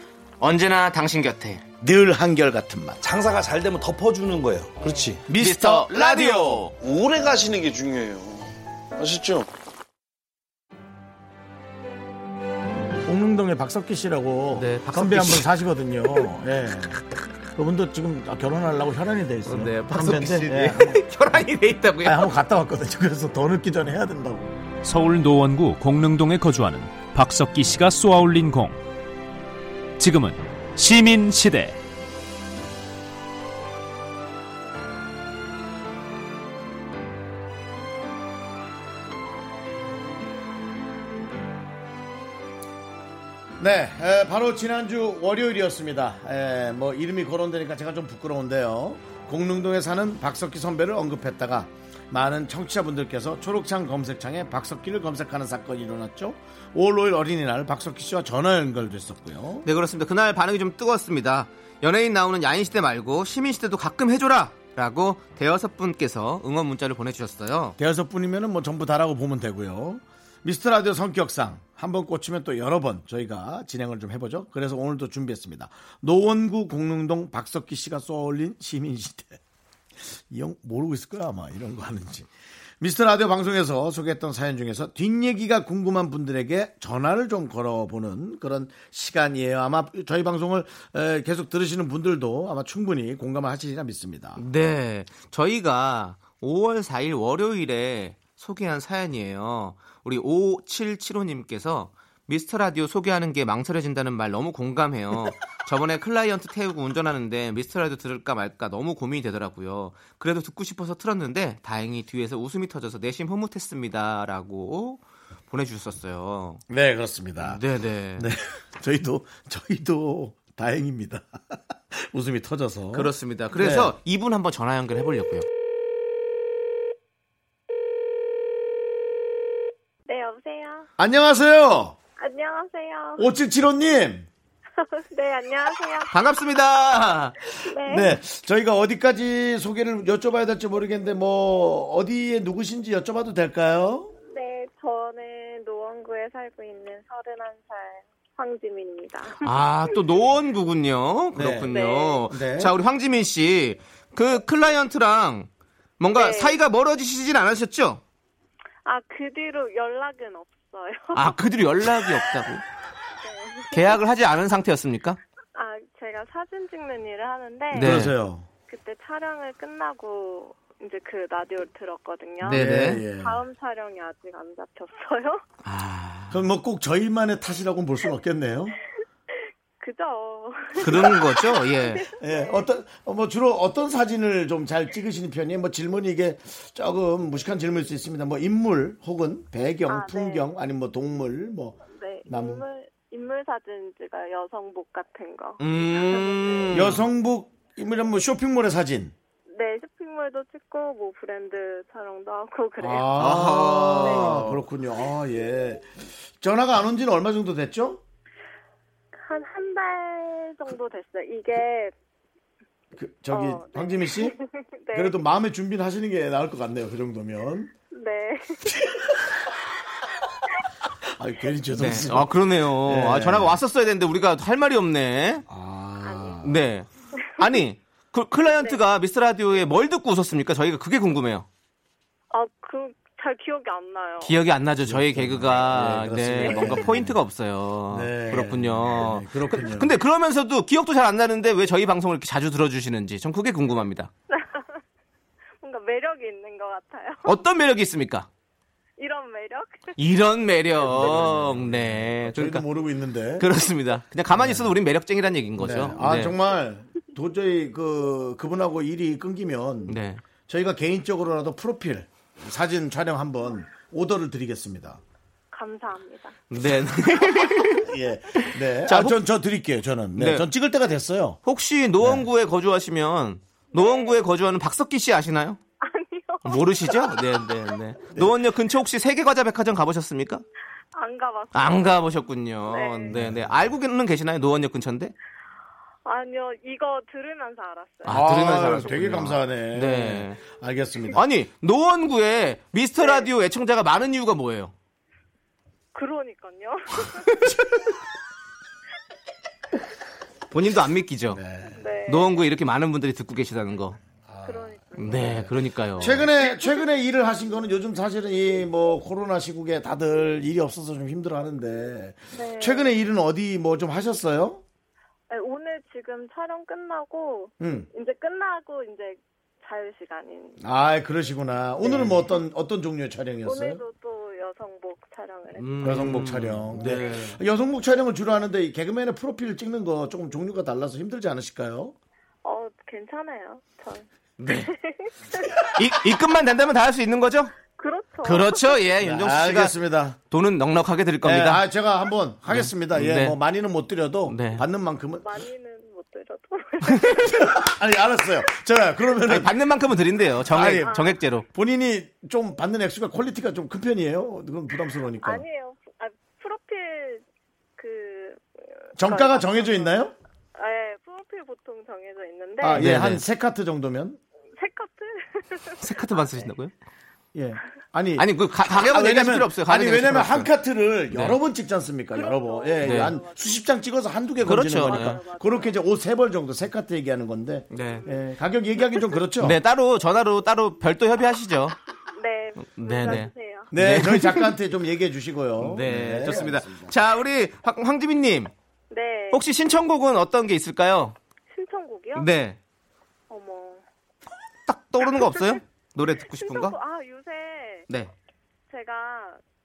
B: 언제나 당신 곁에
A: 늘 한결같은 맛.
J: 장사가 잘 되면 덮어주는 거예요. 그렇지.
B: 미스터 라디오.
F: 어, 오래 가시는 게 중요해요. 아셨죠?
A: 공릉동에 박석기 씨라고
B: 네, 박석기
A: 선배 한 분
B: 씨.
A: 사시거든요. 예. 그분도 지금 결혼하려고 혈안이 돼 있어요.
B: 네, 박석기 씨
A: 선배인데, 예,
B: 네.
A: 한번-
B: 결혼이 돼 있다고요.
A: 아니, 한번 갔다 왔거든요. 그래서 더 늦기 전에 해야 된다고.
K: 서울 노원구 공릉동에 거주하는 박석기 씨가 쏘아올린 공. 지금은 시민 시대.
A: 네, 에, 바로 지난주 월요일이었습니다. 에, 뭐 이름이 거론되니까 제가 좀 부끄러운데요. 공릉동에 사는 박석기 선배를 언급했다가 많은 청취자분들께서 초록창 검색창에 박석기를 검색하는 사건이 일어났죠. 5월 5일 어린이날 박석기 씨와 전화 연결됐었고요.
B: 네 그렇습니다. 그날 반응이 좀 뜨거웠습니다. 연예인 나오는 야인 시대 말고 시민 시대도 가끔 해줘라 라고 대여섯 분께서 응원 문자를 보내주셨어요.
A: 대여섯 분이면은 뭐 전부 다라고 보면 되고요. 미스터 라디오 성격상 한 번 꽂히면 또 여러 번 저희가 진행을 좀 해보죠. 그래서 오늘도 준비했습니다. 노원구 공릉동 박석기 씨가 쏘올린 시민시대. 이형 모르고 있을 거야 아마 이런 거 하는지. 미스터 라디오 방송에서 소개했던 사연 중에서 뒷얘기가 궁금한 분들에게 전화를 좀 걸어보는 그런 시간이에요. 아마 저희 방송을 에, 계속 들으시는 분들도 아마 충분히 공감을 하시리라 믿습니다.
B: 네. 저희가 5월 4일 월요일에 소개한 사연이에요. 우리 5775님께서 미스터 라디오 소개하는 게 망설여진다는 말 너무 공감해요. 저번에 클라이언트 태우고 운전하는데 미스터 라디오 들을까 말까 너무 고민이 되더라고요. 그래도 듣고 싶어서 틀었는데 다행히 뒤에서 웃음이 터져서 내심 흐뭇했습니다라고 보내주셨어요.
A: 네 그렇습니다.
B: 네네.
A: 네, 저희도 저희도 다행입니다. 웃음이 터져서
B: 그렇습니다. 그래서 이분 한번 전화 연결해 보려고요.
L: 네, 여보세요.
A: 안녕하세요.
L: 안녕하세요.
B: 네.
A: 5775님.
L: 네, 안녕하세요.
B: 반갑습니다.
L: 네.
A: 네, 저희가 어디까지 소개를 여쭤봐야 될지 모르겠는데 뭐 어디에 누구신지 여쭤봐도 될까요?
L: 네, 저는 노원구에 살고 있는 31살 황지민입니다.
B: 아, 또 노원구군요. 그렇군요.
L: 네. 네.
B: 자, 우리 황지민 씨. 그 클라이언트랑 뭔가
L: 네.
B: 사이가 멀어지시진 않으셨죠?
L: 아, 그 뒤로 연락은 없어요.
B: 아, 그들이 연락이 없다고. 계약을 하지 않은 상태였습니까?
L: 아, 제가 사진 찍는 일을 하는데
B: 네.
A: 그러세요.
L: 그때 촬영을 끝나고 이제 그 라디오를 들었거든요.
A: 네네. 예, 예.
L: 다음 촬영이 아직 안 잡혔어요.
A: 그럼 뭐 꼭 저희만의 탓이라고는 볼 수는 없겠네요.
L: 그죠?
B: 그런 거죠. 예.
A: 예, 어떤 어, 뭐 주로 어떤 사진을 좀 잘 찍으시는 편이에요? 뭐 질문이 이게 조금 무식한 질문일 수 있습니다. 뭐 인물 혹은 배경,
L: 아, 네.
A: 풍경 아니면 뭐 동물 뭐
L: 네,
A: 나무.
L: 인물 인물 사진 찍어요. 여성복 같은 거.
B: 음.
A: 여성복 이런 뭐 쇼핑몰의 사진.
L: 네, 쇼핑몰도 찍고 뭐 브랜드 촬영도 하고 그래요.
A: 아, 그렇군요. 아, 예. 전화가 안 온 지는 얼마 정도 됐죠?
L: 한 한 달 정도 됐어요. 이게
A: 그, 저기
L: 어, 네.
A: 황지민 씨?
L: 네.
A: 그래도 마음의 준비는 하시는 게 나을 것 같네요. 그 정도면.
L: 네.
A: 아, 괜히
B: 네.
A: 죄송했어요.
B: 아, 그러네요.
A: 예.
B: 아, 전화가 왔었어야 되는데 우리가 할 말이 없네. 네. 아니, 그 클라이언트가 미스 라디오에 뭘 듣고 웃었습니까? 저희가 그게 궁금해요.
L: 아, 그 잘 기억이 안 나요.
B: 기억이 안 나죠. 저희 개그가
A: 네,
B: 네,
A: 그렇습니다.
B: 뭔가 포인트가 없어요.
A: 네.
B: 그렇군요.
A: 네, 그렇군요.
B: 그- 근데 그러면서도 기억도 잘 안 나는데 왜 저희 방송을 이렇게 자주 들어주시는지 전 그게 궁금합니다.
L: 뭔가 매력이 있는 것 같아요.
B: 어떤 매력이 있습니까?
L: 이런 매력?
B: 이런 매력. 네.
A: 저희도 뭐
B: 그러니까
A: 모르고 있는데.
B: 그렇습니다. 그냥 가만히 있어도 우린 매력쟁이라는 얘기인 거죠.
A: 네. 아
B: 네.
A: 정말 도저히 그 그분하고 일이 끊기면
B: 네.
A: 저희가 개인적으로라도 프로필 사진 촬영 한번 오더를 드리겠습니다.
L: 감사합니다.
B: 네.
A: 예, 네.
B: 자,
A: 아, 전, 저 드릴게요. 저는. 네,
B: 네.
A: 전 찍을 때가 됐어요.
B: 혹시 노원구에 거주하시면 노원구에 거주하는 박석기 씨 아시나요? 아니요. 모르시죠? 네, 네, 네. 노원역 근처 혹시 세계과자 백화점 가보셨습니까?
L: 안 가봤어요.
B: 안 가보셨군요. 네, 네. 알고는 계시나요? 노원역 근처인데?
L: 아니요, 이거 들으면서 알았어요.
B: 아, 들으면서 알았군요.
A: 되게 감사하네.
B: 네.
A: 알겠습니다.
B: 아니, 노원구에 미스터 라디오 애청자가 많은 이유가 뭐예요?
L: 네. 그러니까요.
B: 본인도 안 믿기죠?
L: 네. 아.
B: 노원구에 이렇게 많은 분들이 듣고 계시다는 거. 네, 그러니까요.
A: 최근에 최근에 일을 하신 거는 요즘 사실은 이 뭐 코로나 시국에 다들 일이 없어서 좀 힘들어하는데
L: 네.
A: 최근에 일은 어디 뭐 좀 하셨어요?
L: 네, 오늘 지금 촬영 끝나고
A: 음.
L: 이제 끝나고 이제 자유 시간인.
A: 아 그러시구나.
B: 네.
A: 오늘은 뭐 어떤 어떤 종류의 촬영이었어요? 음.
L: 오늘도 또 여성복 촬영을 했어요.
B: 음.
A: 여성복 촬영. 네. 여성복 촬영을 주로 하는데 이 개그맨의 프로필 찍는 거 조금 종류가 달라서 힘들지 않으실까요?
L: 어, 괜찮아요. 전.
B: 네. 이, 입금만 된다면 다 할 수 있는 거죠?
L: 그렇죠.
B: 그렇죠. 예, 윤정수 씨가
A: 네, 아, 알겠습니다.
B: 돈은 넉넉하게 드릴
A: 예,
B: 겁니다.
A: 아, 제가 한번 하겠습니다. 예,
B: 네.
A: 뭐 많이는 못 드려도
B: 네.
A: 받는 만큼은
L: 많이는 못 들어도.
A: 아니 알았어요. 제가 그러면은
B: 아니, 받는 만큼은 드린대요. 정액,
A: 네. 아니,
B: 정액제로.
A: 본인이 좀 받는 액수가 퀄리티가 좀 큰 편이에요. 그럼 부담스러우니까.
L: 아니에요. 아, 프로필 그
A: 정가가 정해져 있나요?
L: 예, 프로필 보통 정해져 있는데
A: 아, 예,
B: 네네.
A: 한 세 카트 정도면.
E: 색카트?
B: 세 카트만 쓰신다고요?
A: 예. 아니
B: 아니 그 가- 가격은
A: 아니,
B: 얘기할
A: 왜냐면-
B: 필요 없어요.
A: 아니
B: 가격은 얘기할
A: 왜냐면
B: 필요
A: 한
B: 없어요.
A: 카트를
B: 네.
A: 여러 번 찍지 않습니까? 여러 번. 예, 예.
B: 네.
A: 한 수십 장 찍어서 한두 개 건지는
B: 그렇죠.
A: 거니까.
B: 네.
A: 그렇게 이제 옷 세 벌 정도 세 카트 얘기하는 건데.
B: 네.
A: 예, 가격 얘기하기 좀 그렇죠.
B: 네, 따로 전화로 따로 별도 협의하시죠.
L: 네.
B: 네, 네.
A: 네, 저희 작가한테 좀 얘기해 주시고요.
B: 네, 좋습니다. 자, 우리 황, 황지민님
L: 네.
B: 혹시 신청곡은 어떤 게 있을까요?
L: 신청곡이요?
A: 음.
B: 네,
L: 어머.
B: 딱 떠오르는 거 없어요? 노래 듣고 싶은
L: 신청곡
B: 거?
L: 아 요새
B: 네.
L: 제가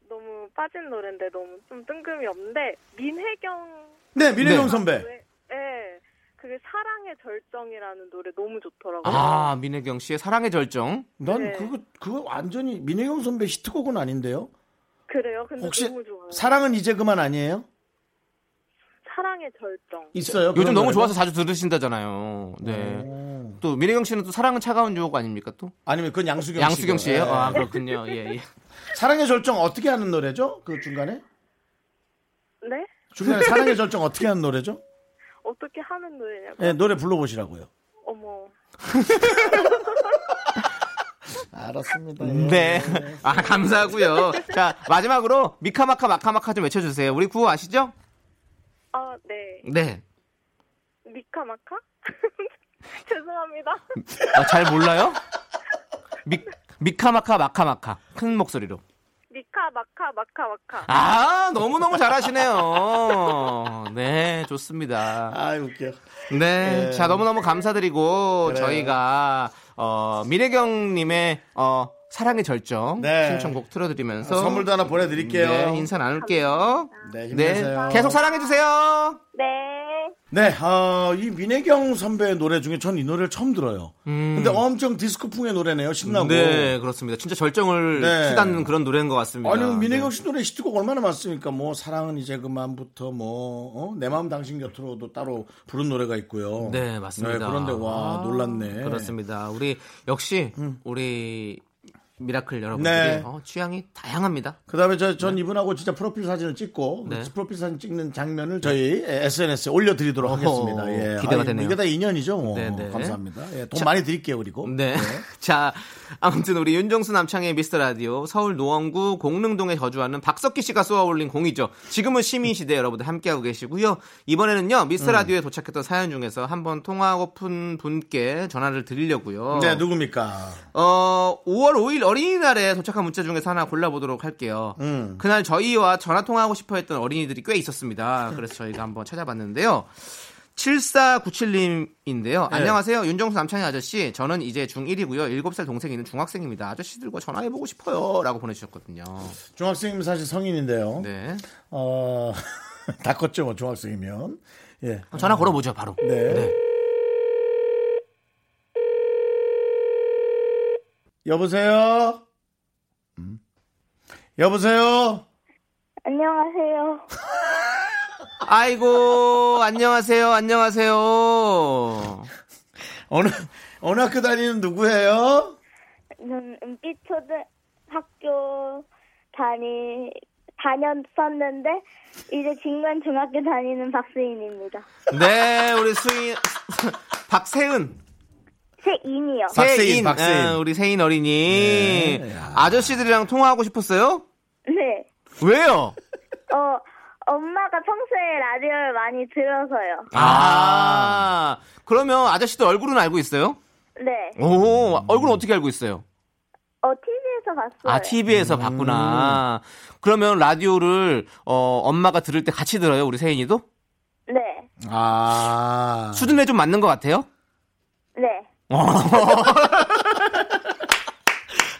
L: 너무 빠진 노래인데 너무 좀 뜬금이 없는데 민혜경
A: 네, 민혜경 선배.
L: 네. 네. 그게 사랑의 절정이라는 노래 너무 좋더라고요.
B: 아, 민혜경 씨의 사랑의 절정.
A: 난
L: 네.
A: 그거 그거 완전히 민혜경 선배 히트곡은 아닌데요.
L: 그래요? 근데
A: 혹시
L: 네, 너무 좋아요.
A: 사랑은 이제 그만 아니에요?
L: 사랑의 절정.
A: 있어요.
B: 요즘
A: 그런
B: 너무
A: 노래가?
B: 좋아서 자주 들으신다잖아요. 네. 또 민혜경 씨는 또 사랑은 차가운 유혹 아닙니까 또?
A: 아니면 그건 양수경
B: 양수경
A: 씨고요.
B: 씨예요?
A: 예.
B: 아, 그렇군요. 예, 예.
A: 사랑의 절정 어떻게 하는 노래죠? 그 중간에?
L: 네?
A: 중간에 사랑의 절정 어떻게 하는 노래죠?
L: 어떻게 하는 노래냐고.
A: 예, 노래 불러 보시라고요.
L: 어머.
A: 알았습니다.
B: 네. 아, 감사하고요. 자, 마지막으로 미카마카 마카마카 좀 외쳐 주세요. 우리 구호 아시죠?
L: 아, 네.
B: 네.
L: 미카마카? 죄송합니다.
B: 아, 잘 몰라요? 미 미카마카 마카마카. 큰 목소리로.
L: 미카마카 마카마카.
B: 아, 너무너무 잘하시네요. 네, 좋습니다.
A: 아, 웃겨.
B: 네.
A: 예.
B: 자, 너무너무 감사드리고,
A: 그래요.
B: 저희가, 어, 민혜경님의, 어, 사랑의 절정.
A: 네.
B: 신청곡 틀어드리면서.
A: 아, 선물도 하나 보내드릴게요.
B: 네, 인사 나눌게요.
A: 네, 힘내세요.
B: 계속 사랑해주세요.
L: 네.
A: 네, 어, 이 민혜경 선배의 노래 중에 전 이 노래를 처음 들어요. 근데 엄청 디스코풍의 노래네요. 신나고.
B: 네, 그렇습니다. 진짜 절정을
A: 네.
B: 치닫는 그런 노래인 것 같습니다.
A: 아니 민혜경
B: 네.
A: 씨 노래 히트곡 얼마나 많습니까? 뭐 사랑은 이제 그만부터 뭐내 마음 당신 곁으로도 따로 부른 노래가 있고요.
B: 네, 맞습니다.
A: 그런데 와
B: 아,
A: 놀랐네.
B: 그렇습니다. 우리, 역시, 우리, 미라클 여러분들이
A: 음. 네.
B: 어, 취향이 다양합니다.
A: 그다음에 저 전 이분하고 진짜 프로필 사진을 찍고
B: 네.
A: 그 프로필 사진 찍는 장면을 저희 SNS에 올려드리도록 하겠습니다. 예.
B: 기대가
A: 아,
B: 되네요.
A: 이게 다 인연이죠. 뭐.
B: 네, 네.
A: 감사합니다. 예, 돈
B: 자,
A: 많이 드릴게요 그리고.
B: 네. 자, 아무튼 우리 윤정수 남창의 미스터 라디오 서울 노원구 공릉동에 거주하는 박석기 씨가 쏘아올린 공이죠. 지금은 시민 시대 여러분들 함께하고 계시고요. 이번에는요
A: 음.
B: 미스터 라디오에 도착했던 사연 중에서 한번 통화하고픈 분께 전화를 드리려고요.
A: 네, 누굽니까?
B: 어, 5월 5일 어린이날에 도착한 문자 중에서 하나 골라보도록 할게요.
A: 음.
B: 그날 저희와 전화 통화하고 싶어 했던 어린이들이 꽤 있었습니다. 그래서 저희가 한번 찾아봤는데요. 7497님인데요.
A: 네.
B: 안녕하세요. 윤정수 남창희 아저씨. 저는 이제 중1이고요. 7살 동생이 있는 중학생입니다. 아저씨들과 전화해보고 싶어요. 라고 보내주셨거든요.
A: 중학생이면 사실 성인인데요.
B: 네.
A: 어, 다 컸죠, 뭐, 중학생이면. 예.
B: 전화 걸어보죠, 바로.
A: 네. 여보세요? 음. 여보세요?
L: 안녕하세요.
B: 아이고, 안녕하세요. 안녕하세요.
A: 어느, 어느 학교 다니는 누구예요?
M: 저는 음, 은빛초등학교 다니 다녔었는데 이제 직면 중학교 다니는 박수인입니다.
B: 네, 우리 수인, 박세은.
M: 세인이요.
A: 박세인, 박세인.
B: 아, 우리 세인 어린이. 아저씨들이랑 통화하고 싶었어요?
M: 네.
B: 왜요?
M: 어 엄마가 평소에 라디오를 많이 들어서요.
B: 아, 그러면 아저씨도 얼굴은 알고 있어요?
M: 네.
B: 오, 얼굴은 어떻게 알고 있어요?
M: 어 TV에서 봤어요.
A: 음.
B: 아, TV에서 봤구나. 그러면 라디오를, 어, 엄마가 들을 때 같이 들어요, 우리 세인이도?
M: 네.
A: 아.
B: 수준에 좀 맞는 것 같아요?
M: 네.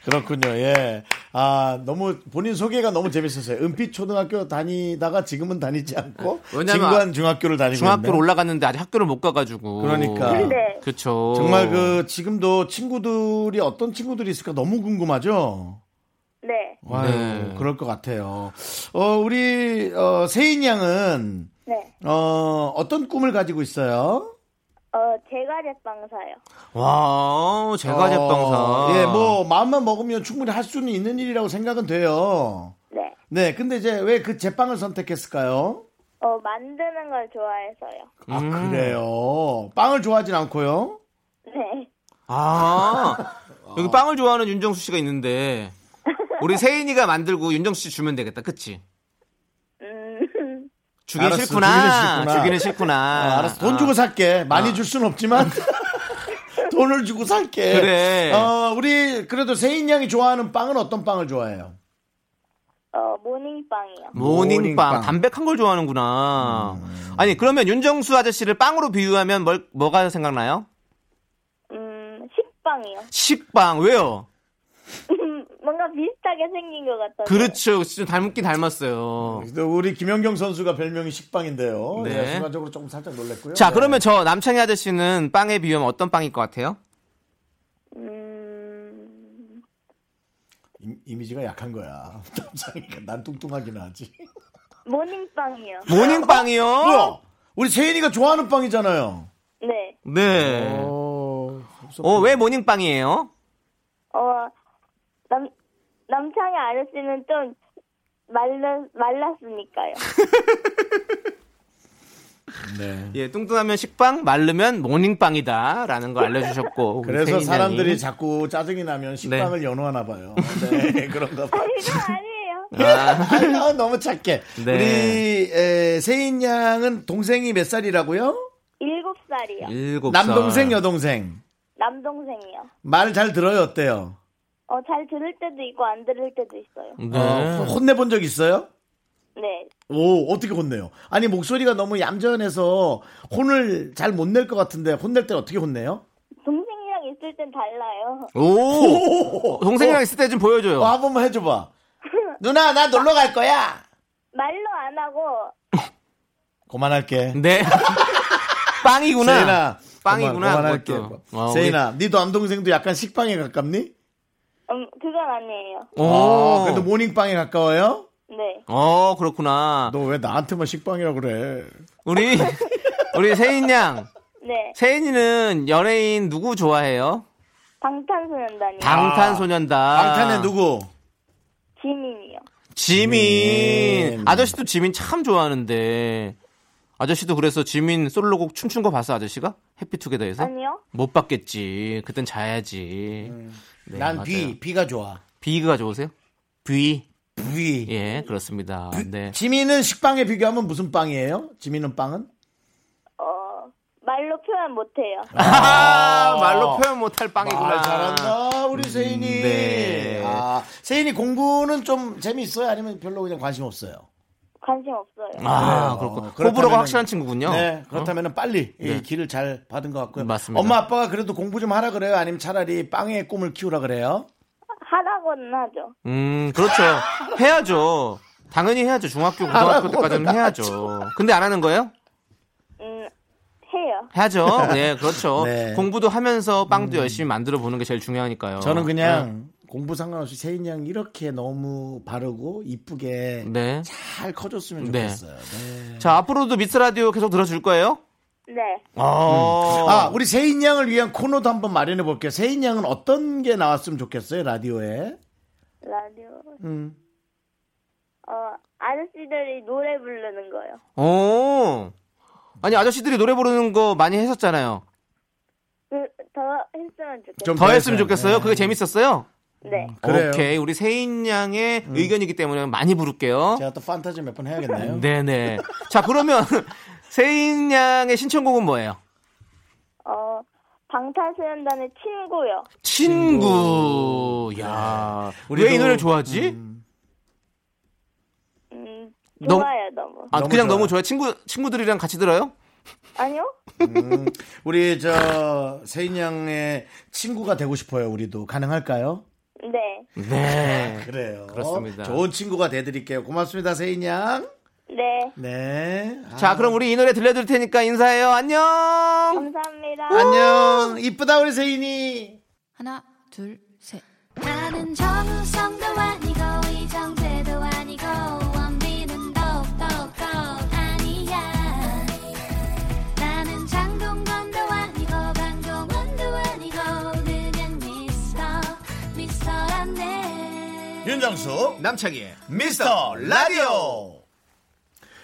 A: 그렇군요, 예. 아, 너무, 본인 소개가 너무 재밌었어요. 은빛 초등학교 다니다가 지금은 다니지 않고,
B: 왜냐면 아,
A: 진관 중학교를 다니고
B: 중학교로
A: 있네요.
B: 올라갔는데 아직 학교를 못 가가지고.
A: 그러니까.
M: 네.
B: 그쵸.
A: 정말 그, 지금도 친구들이 어떤 친구들이 있을까 너무 궁금하죠?
M: 네.
A: 와요, 그럴 것 같아요. 어, 우리, 어, 세인 양은,
M: 네.
A: 어, 어떤 꿈을 가지고 있어요?
M: 어 제가 제빵사요.
B: 와, 제과
A: 어,
B: 제빵사.
A: 예, 뭐, 마음만 먹으면 충분히 할 수는 있는 일이라고 생각은 돼요.
M: 네.
A: 네, 근데 이제 왜 그 제빵을 선택했을까요?
M: 어 만드는
B: 음.
M: 걸 좋아해서요.
A: 아, 그래요. 빵을 좋아하진 않고요.
M: 네.
B: 아, 여기 빵을 좋아하는 윤정수 씨가 있는데, 우리 세인이가 만들고 윤정수 씨 주면 되겠다. 그치?
M: 음.
B: 주긴
A: 알았어,
B: 싫구나.
A: 주기는 싫구나.
B: 주기는 싫구나.
A: 아, 알았어. 돈 주고 살게. 많이
B: 아.
A: 줄 순 없지만 돈을 주고 살게.
B: 그래.
A: 어, 우리 그래도 세인 양이 좋아하는 빵은 어떤 빵을 좋아해요?
M: 어, 모닝빵이요.
B: 모닝빵. 담백한 걸 좋아하는구나. 아니, 그러면 윤정수 아저씨를 빵으로 비유하면 뭘, 뭐가 생각나요?
M: 음, 식빵이요.
B: 식빵. 왜요?
M: 뭔가 비슷하게 생긴 것 같아요.
B: 그렇죠. 진짜 닮긴 닮았어요.
A: 우리 김연경 선수가 별명이 식빵인데요.
B: 네.
A: 네, 순간적으로 조금 살짝 놀랐고요.
B: 자,
A: 네.
B: 그러면 저 남창희 아저씨는 빵에 비유하면 어떤 빵일 것 같아요?
M: 음,
A: 네. 이- 이미지가 약한 거야. 남자니까 난 뚱뚱하긴 하지.
M: 모닝빵이요.
B: 모닝빵이요?
A: 뭐야? 어? 우리 세인이가 좋아하는 빵이잖아요.
M: 네.
B: 네. 어, 왜 모닝빵이에요?
M: 어, 남, 남창희 아저씨는 좀 말라, 말랐으니까요.
A: 네.
B: 예, 뚱뚱하면 식빵, 마르면 모닝빵이다. 라는 걸 알려주셨고. 우리
A: 그래서
B: 세인양이.
A: 사람들이 자꾸 짜증이 나면 식빵을 연호하나 봐요. 네, 그런가
M: 어,
A: 봐요.
B: 아.
A: 아니에요. 너무 착해.
B: 네.
A: 우리 에, 세인 양은 동생이 몇 살이라고요?
M: 일곱 살이요.
B: 일곱 살.
A: 남동생, 여동생.
M: 남동생이요.
A: 말 잘 들어요, 어때요?
M: 어, 잘 들을 때도 있고 안 들을 때도 있어요.
B: 네. 음.
A: 어, 혼내본 적 있어요?
M: 네.
A: 오, 어떻게 혼내요? 아니, 목소리가 너무 얌전해서 혼을 잘 못 낼 것 같은데, 혼낼 때 어떻게 혼내요?
M: 동생이랑 있을 땐 달라요.
B: 오! 어, 동생이랑 있을 때 좀 보여줘요.
A: 어, 한 번만 해줘봐. 누나, 나 놀러 갈 거야!
M: 말로 안 하고
A: 그만할게.
B: 네. 빵이구나.
A: 세인아.
B: 빵이구나,
A: 그만, 할게
B: 그것도. 와, 우리-
A: 세인아, 니도 남동생도 약간 식빵에 가깝니?
M: 음, 그건 아니에요.
A: 아, 그래도 모닝빵에 가까워요?
M: 네.
B: 어, 그렇구나.
A: 너 왜 나한테만 식빵이라 그래?
B: 우리, 우리 세인 양.
M: 네.
B: 세인이는 연예인 누구 좋아해요?
M: 방탄소년단이요.
B: 방탄소년단.
A: 아, 방탄의 누구?
M: 지민이요.
B: 지민. 아저씨도 지민 참 좋아하는데. 아저씨도 그래서 지민 솔로곡 춤춘 거 봤어, 아저씨가? 해피투게더에서?
M: 아니요.
B: 못 봤겠지. 그땐 자야지. 네,
A: 음. 난
B: 맞아요.
A: 비, 비가 좋아.
B: 비가 좋으세요? 비.
A: 비.
B: 예, 그렇습니다. 네.
A: 지민은 식빵에 비교하면 무슨 빵이에요? 지민은 빵은?
M: 어, 말로 표현 못해요.
B: 아, 말로 표현 못할 빵이구나.
A: 어. 말 잘한다, 우리 세인이.
B: 아. 음, 네.
A: 아, 세인이 공부는 좀 재미있어요? 아니면 별로 그냥 관심 없어요?
M: 관심 없어요.
B: 아,
A: 네. 그래요.
B: 그렇군.
A: 그렇다면은-
B: 호불호가 확실한 친구군요.
A: 네, 그렇다면 은 빨리 이
B: 어? 네.
A: 길을 잘 받은 것 같고요.
B: 맞습니다.
A: 엄마 아빠가 그래도 공부 좀 하라 그래요? 아니면 차라리 빵의 꿈을 키우라 그래요?
M: 하라고는 하죠.
B: 음, 그렇죠. 해야죠. 당연히 해야죠. 중학교,
A: 아,
B: 고등학교 때까지는 해야죠. 근데 안 하는 거예요?
M: 음, 해요.
B: 해야죠. 네, 그렇죠.
A: 네. 음.
B: 공부도 하면서 빵도 열심히 만들어 보는 게 제일 중요하니까요.
A: 저는 그냥 공부 상관없이 세인 양 이렇게 너무 바르고 이쁘게
B: 네.
A: 잘 커줬으면
B: 네.
A: 좋겠어요. 네.
B: 네. 자, 앞으로도 미스 라디오 계속 들어줄 거예요?
M: 네.
B: 어.
A: 아, 우리 세인 양을 위한 코너도 한번 마련해 볼게요. 세인 양은 어떤 게 나왔으면 좋겠어요, 라디오에?
M: 라디오.
A: 음.
M: 어, 아저씨들이 노래 부르는 거요.
B: 아, 오. 아니, 아저씨들이 노래 부르는 거 많이 했었잖아요.
M: 그, 더 했으면 좋겠어요.
A: 네,
B: 더 했으면 좋겠어요. 그게 재밌었어요?
M: 네.
A: 그래요. 음.
B: 오케이. 우리 세인 양의 의견이기 때문에 많이 부를게요.
A: 제가 또 판타지 몇 번 해야겠네요.
B: 네네. 자, 그러면 세인 양의 신청곡은 뭐예요?
M: 어, 방탄소년단의 친구요.
B: 친구. 야. 왜 이
A: 네. 우리도-
B: 노래를 좋아하지?
M: 음,
B: 너무-
M: 좋아요, 너무.
B: 아,
A: 너무 좋아요.
B: 그냥 너무 좋아요. 친구 친구들이랑 같이 들어요?
M: 아니요?
A: 우리 저 세인 양의 친구가 되고 싶어요. 우리도 가능할까요?
M: 네.
B: 네.
A: 그래요.
B: 그렇습니다.
A: 좋은 친구가 돼 드릴게요. 고맙습니다, 세인 양.
M: 네.
A: 네. 아,
B: 자, 그럼 우리 이 노래 들려드릴 테니까 인사해요. 안녕.
M: 감사합니다.
A: 안녕. 이쁘다 우리 세인이.
N: 하나, 둘, 셋.
O: 나는 정우성도 아니고 이정재도 아니고 원빈은 더욱더 아니야 나는 장동건도 아니고 강동원도 아니고 그냥 미스터 미스터란데
A: 윤정수
B: 남창희의
A: 미스터 라디오.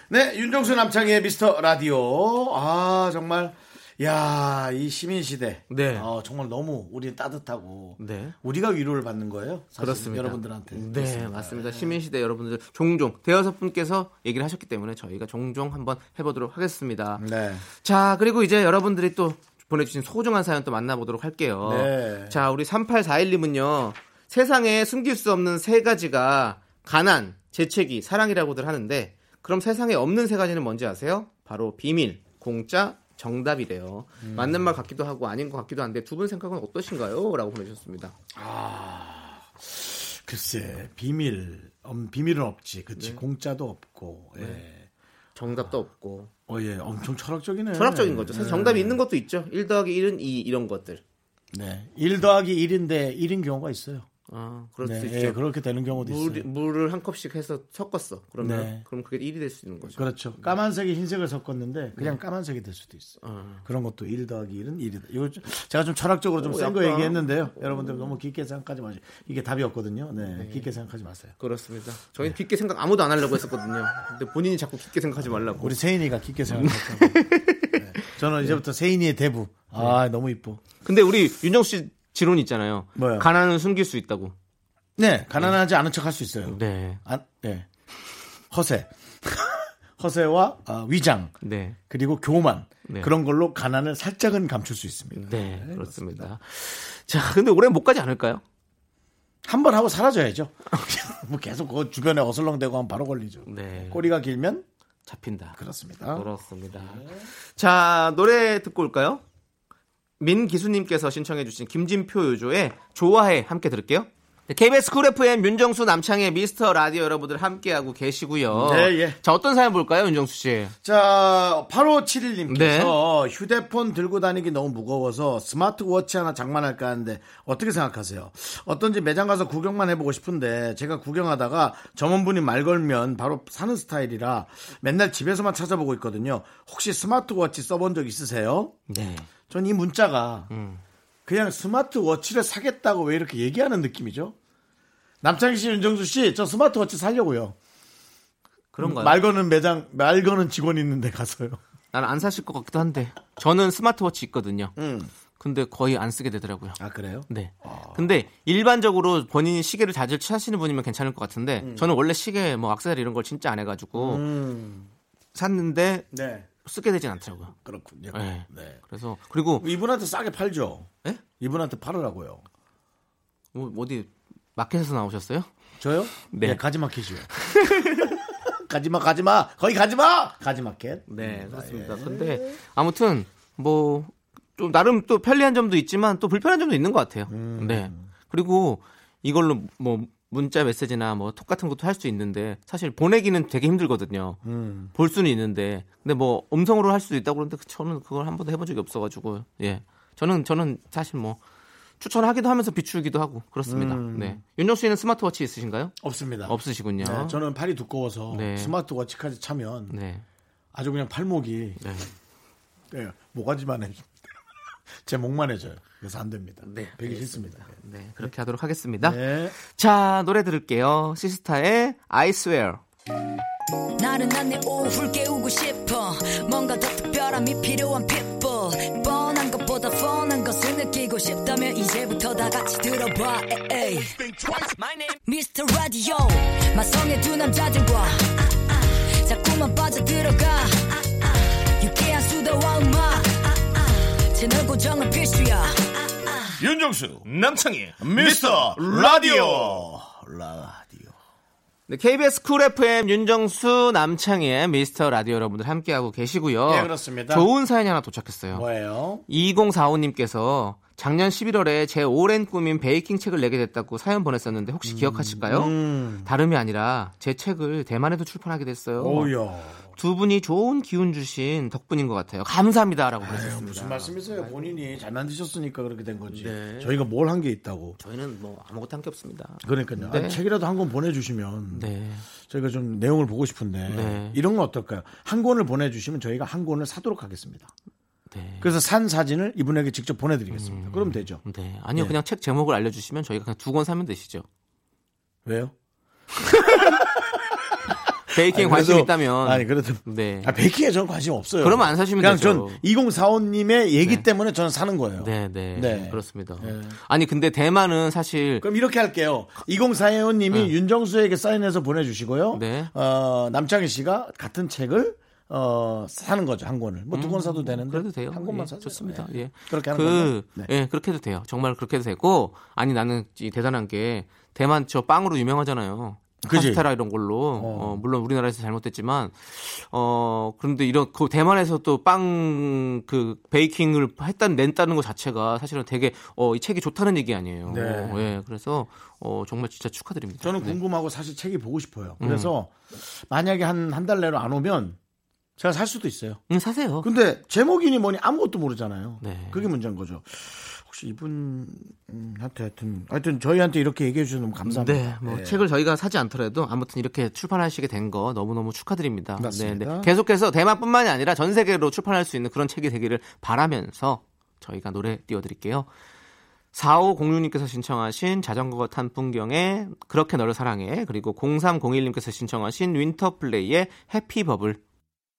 A: 네, 윤정수 남창희의 미스터 라디오. 아, 정말 야, 이 시민 시대.
B: 네.
A: 어, 정말 너무 우리는 따뜻하고
B: 네.
A: 우리가 위로를 받는 거예요. 사실
B: 그렇습니다.
A: 여러분들한테.
B: 네,
A: 그렇습니다.
B: 맞습니다. 시민시대 여러분들 종종 대여섯 분께서 얘기를 하셨기 때문에 저희가 종종 한번 해보도록 하겠습니다.
A: 네.
B: 자, 그리고 이제 여러분들이 또 보내주신 소중한 사연 또 만나보도록 할게요.
A: 네.
B: 어, 자, 우리 3841님은요. 세상에 숨길 수 없는 세 가지가 가난, 재채기, 사랑이라고들 하는데 그럼 세상에 없는 세 가지는 뭔지 아세요? 바로 비밀, 공짜, 정답이래요.
A: 음.
B: 맞는 말 같기도 하고 아닌 것 같기도 한데 두 분 생각은 어떠신가요? 라고 보내주셨습니다.
A: 아, 글쎄, 비밀. 음, 비밀은 없지. 그치
B: 네.
A: 공짜도 없고. 예.
B: 정답도 없고.
A: 어, 예. 엄청 철학적이네.
B: 철학적인 거죠. 사실 정답이 있는 것도 있죠. 1 더하기 1은 2 이런 것들.
A: 네. 1 더하기 1인데 1인 경우가 있어요.
B: 아, 그럴
A: 네,
B: 수
A: 예,
B: 있죠. 뭐
A: 그렇게 되는 경우도
B: 물,
A: 있어요.
B: 물을 한 컵씩 해서 섞었어. 그러면
A: 네.
B: 그럼 그게 1이 될 수 있는 거죠.
A: 그렇죠. 까만색에 흰색을 섞었는데 그냥
B: 네.
A: 까만색이 될 수도 있어요.
B: 어.
A: 그런 것도 1 더하기 1은 1이다. 이거 좀- 제가 좀 철학적으로 좀
B: 오,
A: 센 거
B: 약간. 음.
A: 얘기했는데요. 여러분들 너무 깊게 생각하지 마세요. 이게 답이 없거든요. 네, 깊게 생각하지 마세요.
B: 그렇습니다. 저희 는 깊게 생각 아무도 안 하려고 했었거든요. 근데 본인이 자꾸 깊게 생각하지 말라고.
A: 우리 세인이가
B: 네.
A: 깊게 생각했다고. 네. 저는 이제부터 세인이의 대부.
B: 네.
A: 아, 너무 이뻐.
B: 근데 우리 윤정 씨 지론 있잖아요.
A: 뭐요?
B: 가난은 숨길 수 있다고.
A: 네, 가난하지 않은 척 할 수 있어요.
B: 네.
A: 안, 네. 허세. 허세와 아, 위장.
B: 네.
A: 그리고 교만.
B: 네.
A: 그런 걸로 가난을 살짝은 감출 수 있습니다.
B: 네, 그렇습니다. 자, 근데 올해 못 가지 않을까요?
A: 한 번 하고 사라져야죠. 뭐 계속 그 주변에 어슬렁대고 하면 바로 걸리죠.
B: 네.
A: 꼬리가 길면
B: 잡힌다.
A: 그렇습니다.
B: 그렇습니다.
A: 네.
B: 자, 노래 듣고 올까요? 민기수님께서 신청해주신 김진표 요조의 좋아해 함께 들을게요. 네, KBS 쿨 FM 윤정수 남창의 미스터 라디오 여러분들 함께하고 계시고요.
A: 네, 예.
B: 자, 어떤 사연 볼까요, 윤정수 씨?
A: 자, 8571님께서 휴대폰 들고 다니기 너무 무거워서 스마트워치 하나 장만할까 하는데 어떻게 생각하세요? 어떤지 매장 가서 구경만 해보고 싶은데 제가 구경하다가 점원분이 말 걸면 바로 사는 스타일이라 맨날 집에서만 찾아보고 있거든요. 혹시 스마트워치 써본 적 있으세요?
B: 네.
A: 전 이 문자가
B: 음.
A: 그냥 스마트워치를 사겠다고 왜 이렇게 얘기하는 느낌이죠? 남창희 씨, 윤정수 씨, 저 스마트워치 사려고요.
B: 그런가요?
A: 말 거는 매장, 말 거는 직원 있는데 가서요.
B: 나는 안 사실 것 같기도 한데. 저는 스마트워치 있거든요.
A: 음.
B: 근데 거의 안 쓰게 되더라고요.
A: 아, 그래요?
B: 네. 근데 일반적으로 본인이 시계를 자주 찾으시는 분이면 괜찮을 것 같은데 저는 원래 시계 뭐 악세사리 이런 걸 진짜 안 해가지고 샀는데
A: 네.
B: 쓰게 되진 않더라고요.
A: 그렇군요.
B: 네.
A: 네.
B: 그래서 그리고
A: 이분한테 싸게 팔죠.
B: 예?
A: 이분한테 팔으라고요.
B: 뭐 어디 마켓에서 나오셨어요?
A: 저요?
B: 네.
A: 가지마켓이요. 가지마, 가지마, 거기 가지마. 가지마켓.
B: 네,
A: 아,
B: 그렇습니다.
A: 예.
B: 근데 아무튼 뭐 좀 나름 또 편리한 점도 있지만 또 불편한 점도 있는 것 같아요.
A: 음.
B: 네. 그리고 이걸로 뭐 문자 메시지나 뭐 톡 같은 것도 할 수 있는데 사실 보내기는 되게 힘들거든요.
A: 음.
B: 볼 수는 있는데 근데 뭐 음성으로 할 수도 있다고 그러는데 저는 그걸 한 번도 해본 적이 없어가지고 예 저는 저는 사실 뭐 추천하기도 하면서 비추기도 하고 그렇습니다
A: 음.
B: 네 윤정 씨는 스마트워치 있으신가요
A: 없습니다.
B: 없으시군요
A: 네, 저는 팔이 두꺼워서
B: 네.
A: 스마트워치까지 차면
B: 네.
A: 아주 그냥 팔목이
B: 네.
A: 네, 모가지만 해제 목만 해져요. 그래서 안 됩니다. 되기 싫습니다.
B: 네, 그렇게 하도록 하겠습니다
A: 네.
B: 자 노래 들을게요 시스타의 I swear
P: 나른한 내 오후를 깨우고 싶어 뭔가 더 특별함이 필요한 people 뻔한 것보다 뻔한 것을 느끼고 싶다면 이제부터 다 같이 들어봐 에이. Mr. Radio 마성의 두 남자들과 자꾸만 빠져들어가 유쾌한 수다와 음악 채널 고정은 필수야
J: 윤정수 남창희 미스터 라디오
B: 네, KBS 쿨 FM 윤정수 남창희의 미스터 라디오 여러분들 함께하고 계시고요
A: 예, 그렇습니다.
B: 좋은 사연이 하나 도착했어요
A: 뭐예요?
B: 2045님께서 작년 11월에 제 오랜 꿈인 베이킹 책을 내게 됐다고 사연 보냈었는데
A: 음.
B: 혹시 기억하실까요? 다름이 아니라 제 책을 대만에도 출판하게 됐어요.
A: 예. 오야.
B: 두 분이 좋은 기운 주신 덕분인 것 같아요. 감사합니다라고
A: 아유,
B: 보내셨습니다.
A: 무슨 말씀이세요? 본인이 잘 만드셨으니까 그렇게 된 거지.
B: 네.
A: 저희가 뭘 한 게 있다고.
B: 저희는 뭐 아무것도 한 게 없습니다.
A: 그러니까요.
B: 네.
A: 아니, 책이라도 한 권 보내주시면
B: 네.
A: 저희가 좀 내용을 보고 싶은데
B: 네.
A: 이런 건 어떨까요? 한 권을 보내주시면 저희가 한 권을 사도록 하겠습니다.
B: 네.
A: 그래서 산 사진을 이분에게 직접 보내드리겠습니다. 그럼 되죠.
B: 네. 아니요,
A: 네.
B: 그냥 책 제목을 알려주시면 저희가 그냥 두 권 사면 되시죠.
A: 왜요?
B: 베이킹에
A: 아니,
B: 관심
A: 그래도-
B: 있다면.
A: 아니, 그래도.
B: 네.
A: 아, 베이킹에 전 관심 없어요.
B: 그러면 안 사시면
A: 그냥
B: 되죠.
A: 전 2045님의 얘기 때문에 저는 사는 거예요.
B: 네, 네,
A: 네.
B: 그렇습니다. 아니 근데 대만은 사실
A: 그럼 이렇게 할게요. 2045님이
B: 네.
A: 윤정수에게 사인해서 보내주시고요. 어, 남창희 씨가 같은 책을 어, 사는 거죠. 한 권을. 뭐 두 권 사도 되는데. 한 권만
B: 예,
A: 사도
B: 좋습니다. 예.
A: 그렇게 하는
B: 그,
A: 거죠. 네.
B: 예, 그렇게 해도 돼요. 정말 그렇게 해도 되고 아니 나는 이 대단한 게 대만 저 빵으로 유명하잖아요.
A: 그지?
B: 카스테라 이런 걸로 어, 물론 우리나라에서 잘못됐지만 어 그런데 이런 그 대만에서 또 빵 그 베이킹을 했단 낸다는 것 자체가 사실은 되게 어이 책이 좋다는 얘기 아니에요.
A: 네.
B: 어, 예 그래서 어 정말 진짜 축하드립니다.
A: 저는
B: 네.
A: 궁금하고 사실 책이 보고 싶어요.
B: 음.
A: 그래서 만약에 한 한 달 내로 안 오면 제가 살 수도 있어요.
B: 음, 사세요.
A: 근데 제목이니 뭐니 아무것도 모르잖아요.
B: 네.
A: 그게 문제인 거죠. 혹시 이분 음, 하여튼 하여튼 하여튼 저희한테 이렇게 얘기해 주셔서 너무 감사합니다.
B: 네, 뭐
A: 예.
B: 책을 저희가 사지 않더라도 아무튼 이렇게 출판하시게 된 거 너무너무 축하드립니다.
A: 맞습니다.
B: 네, 네. 계속해서 대만뿐만이 아니라 전 세계로 출판할 수 있는 그런 책이 되기를 바라면서 저희가 노래 띄워드릴게요. 4506님께서 신청하신 자전거 탄 풍경의 그렇게 너를 사랑해 그리고 0301님께서 신청하신 윈터플레이의 해피버블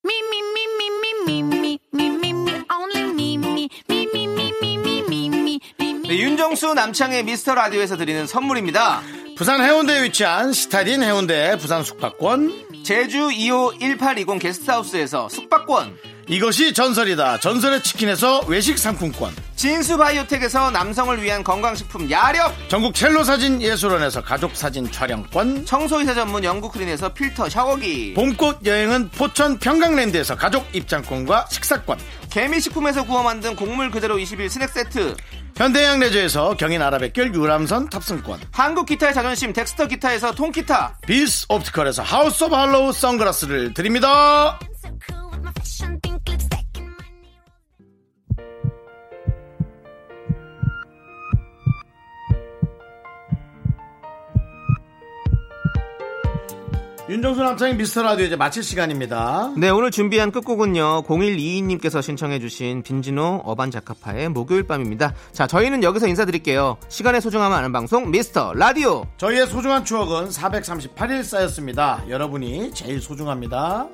O: Me, me, me, me, me, me, me, me, me, me, only me, me, me, me, me, me, me, me, me.
B: 네, 윤정수 남창의 미스터 라디오에서 드리는 선물입니다.
A: 부산 해운대에 위치한 스타딘 해운대 부산 숙박권
B: 제주 2호 1820 게스트하우스에서 숙박권
A: 이것이 전설이다. 전설의 치킨에서 외식 상품권
B: 진수 바이오텍에서 남성을 위한 건강식품 야력
A: 전국 첼로 사진 예술원에서 가족 사진 촬영권
B: 청소이사 전문 영국 크린에서 필터 샤워기
A: 봄꽃 여행은 포천 평강랜드에서 가족 입장권과 식사권
B: 개미식품에서 구워 만든 곡물 그대로 21 스낵 세트
A: 현대양 레저에서 경인 아라뱃길 유람선 탑승권
B: 한국 기타의 자존심 덱스터 기타에서 통기타
A: 비스 옵티컬에서 하우스 오브 할로우 선글라스를 드립니다. 윤정수 남창의 미스터 라디오 이제 마칠 시간입니다.
B: 네 오늘 준비한 끝곡은요 0122님께서 신청해주신 빈지노 어반자카파의 목요일 밤입니다 자 저희는 여기서 인사드릴게요 시간의 소중함을 아는 방송 미스터 라디오
A: 저희의 소중한 추억은 438일 쌓였습니다. 여러분이 제일 소중합니다.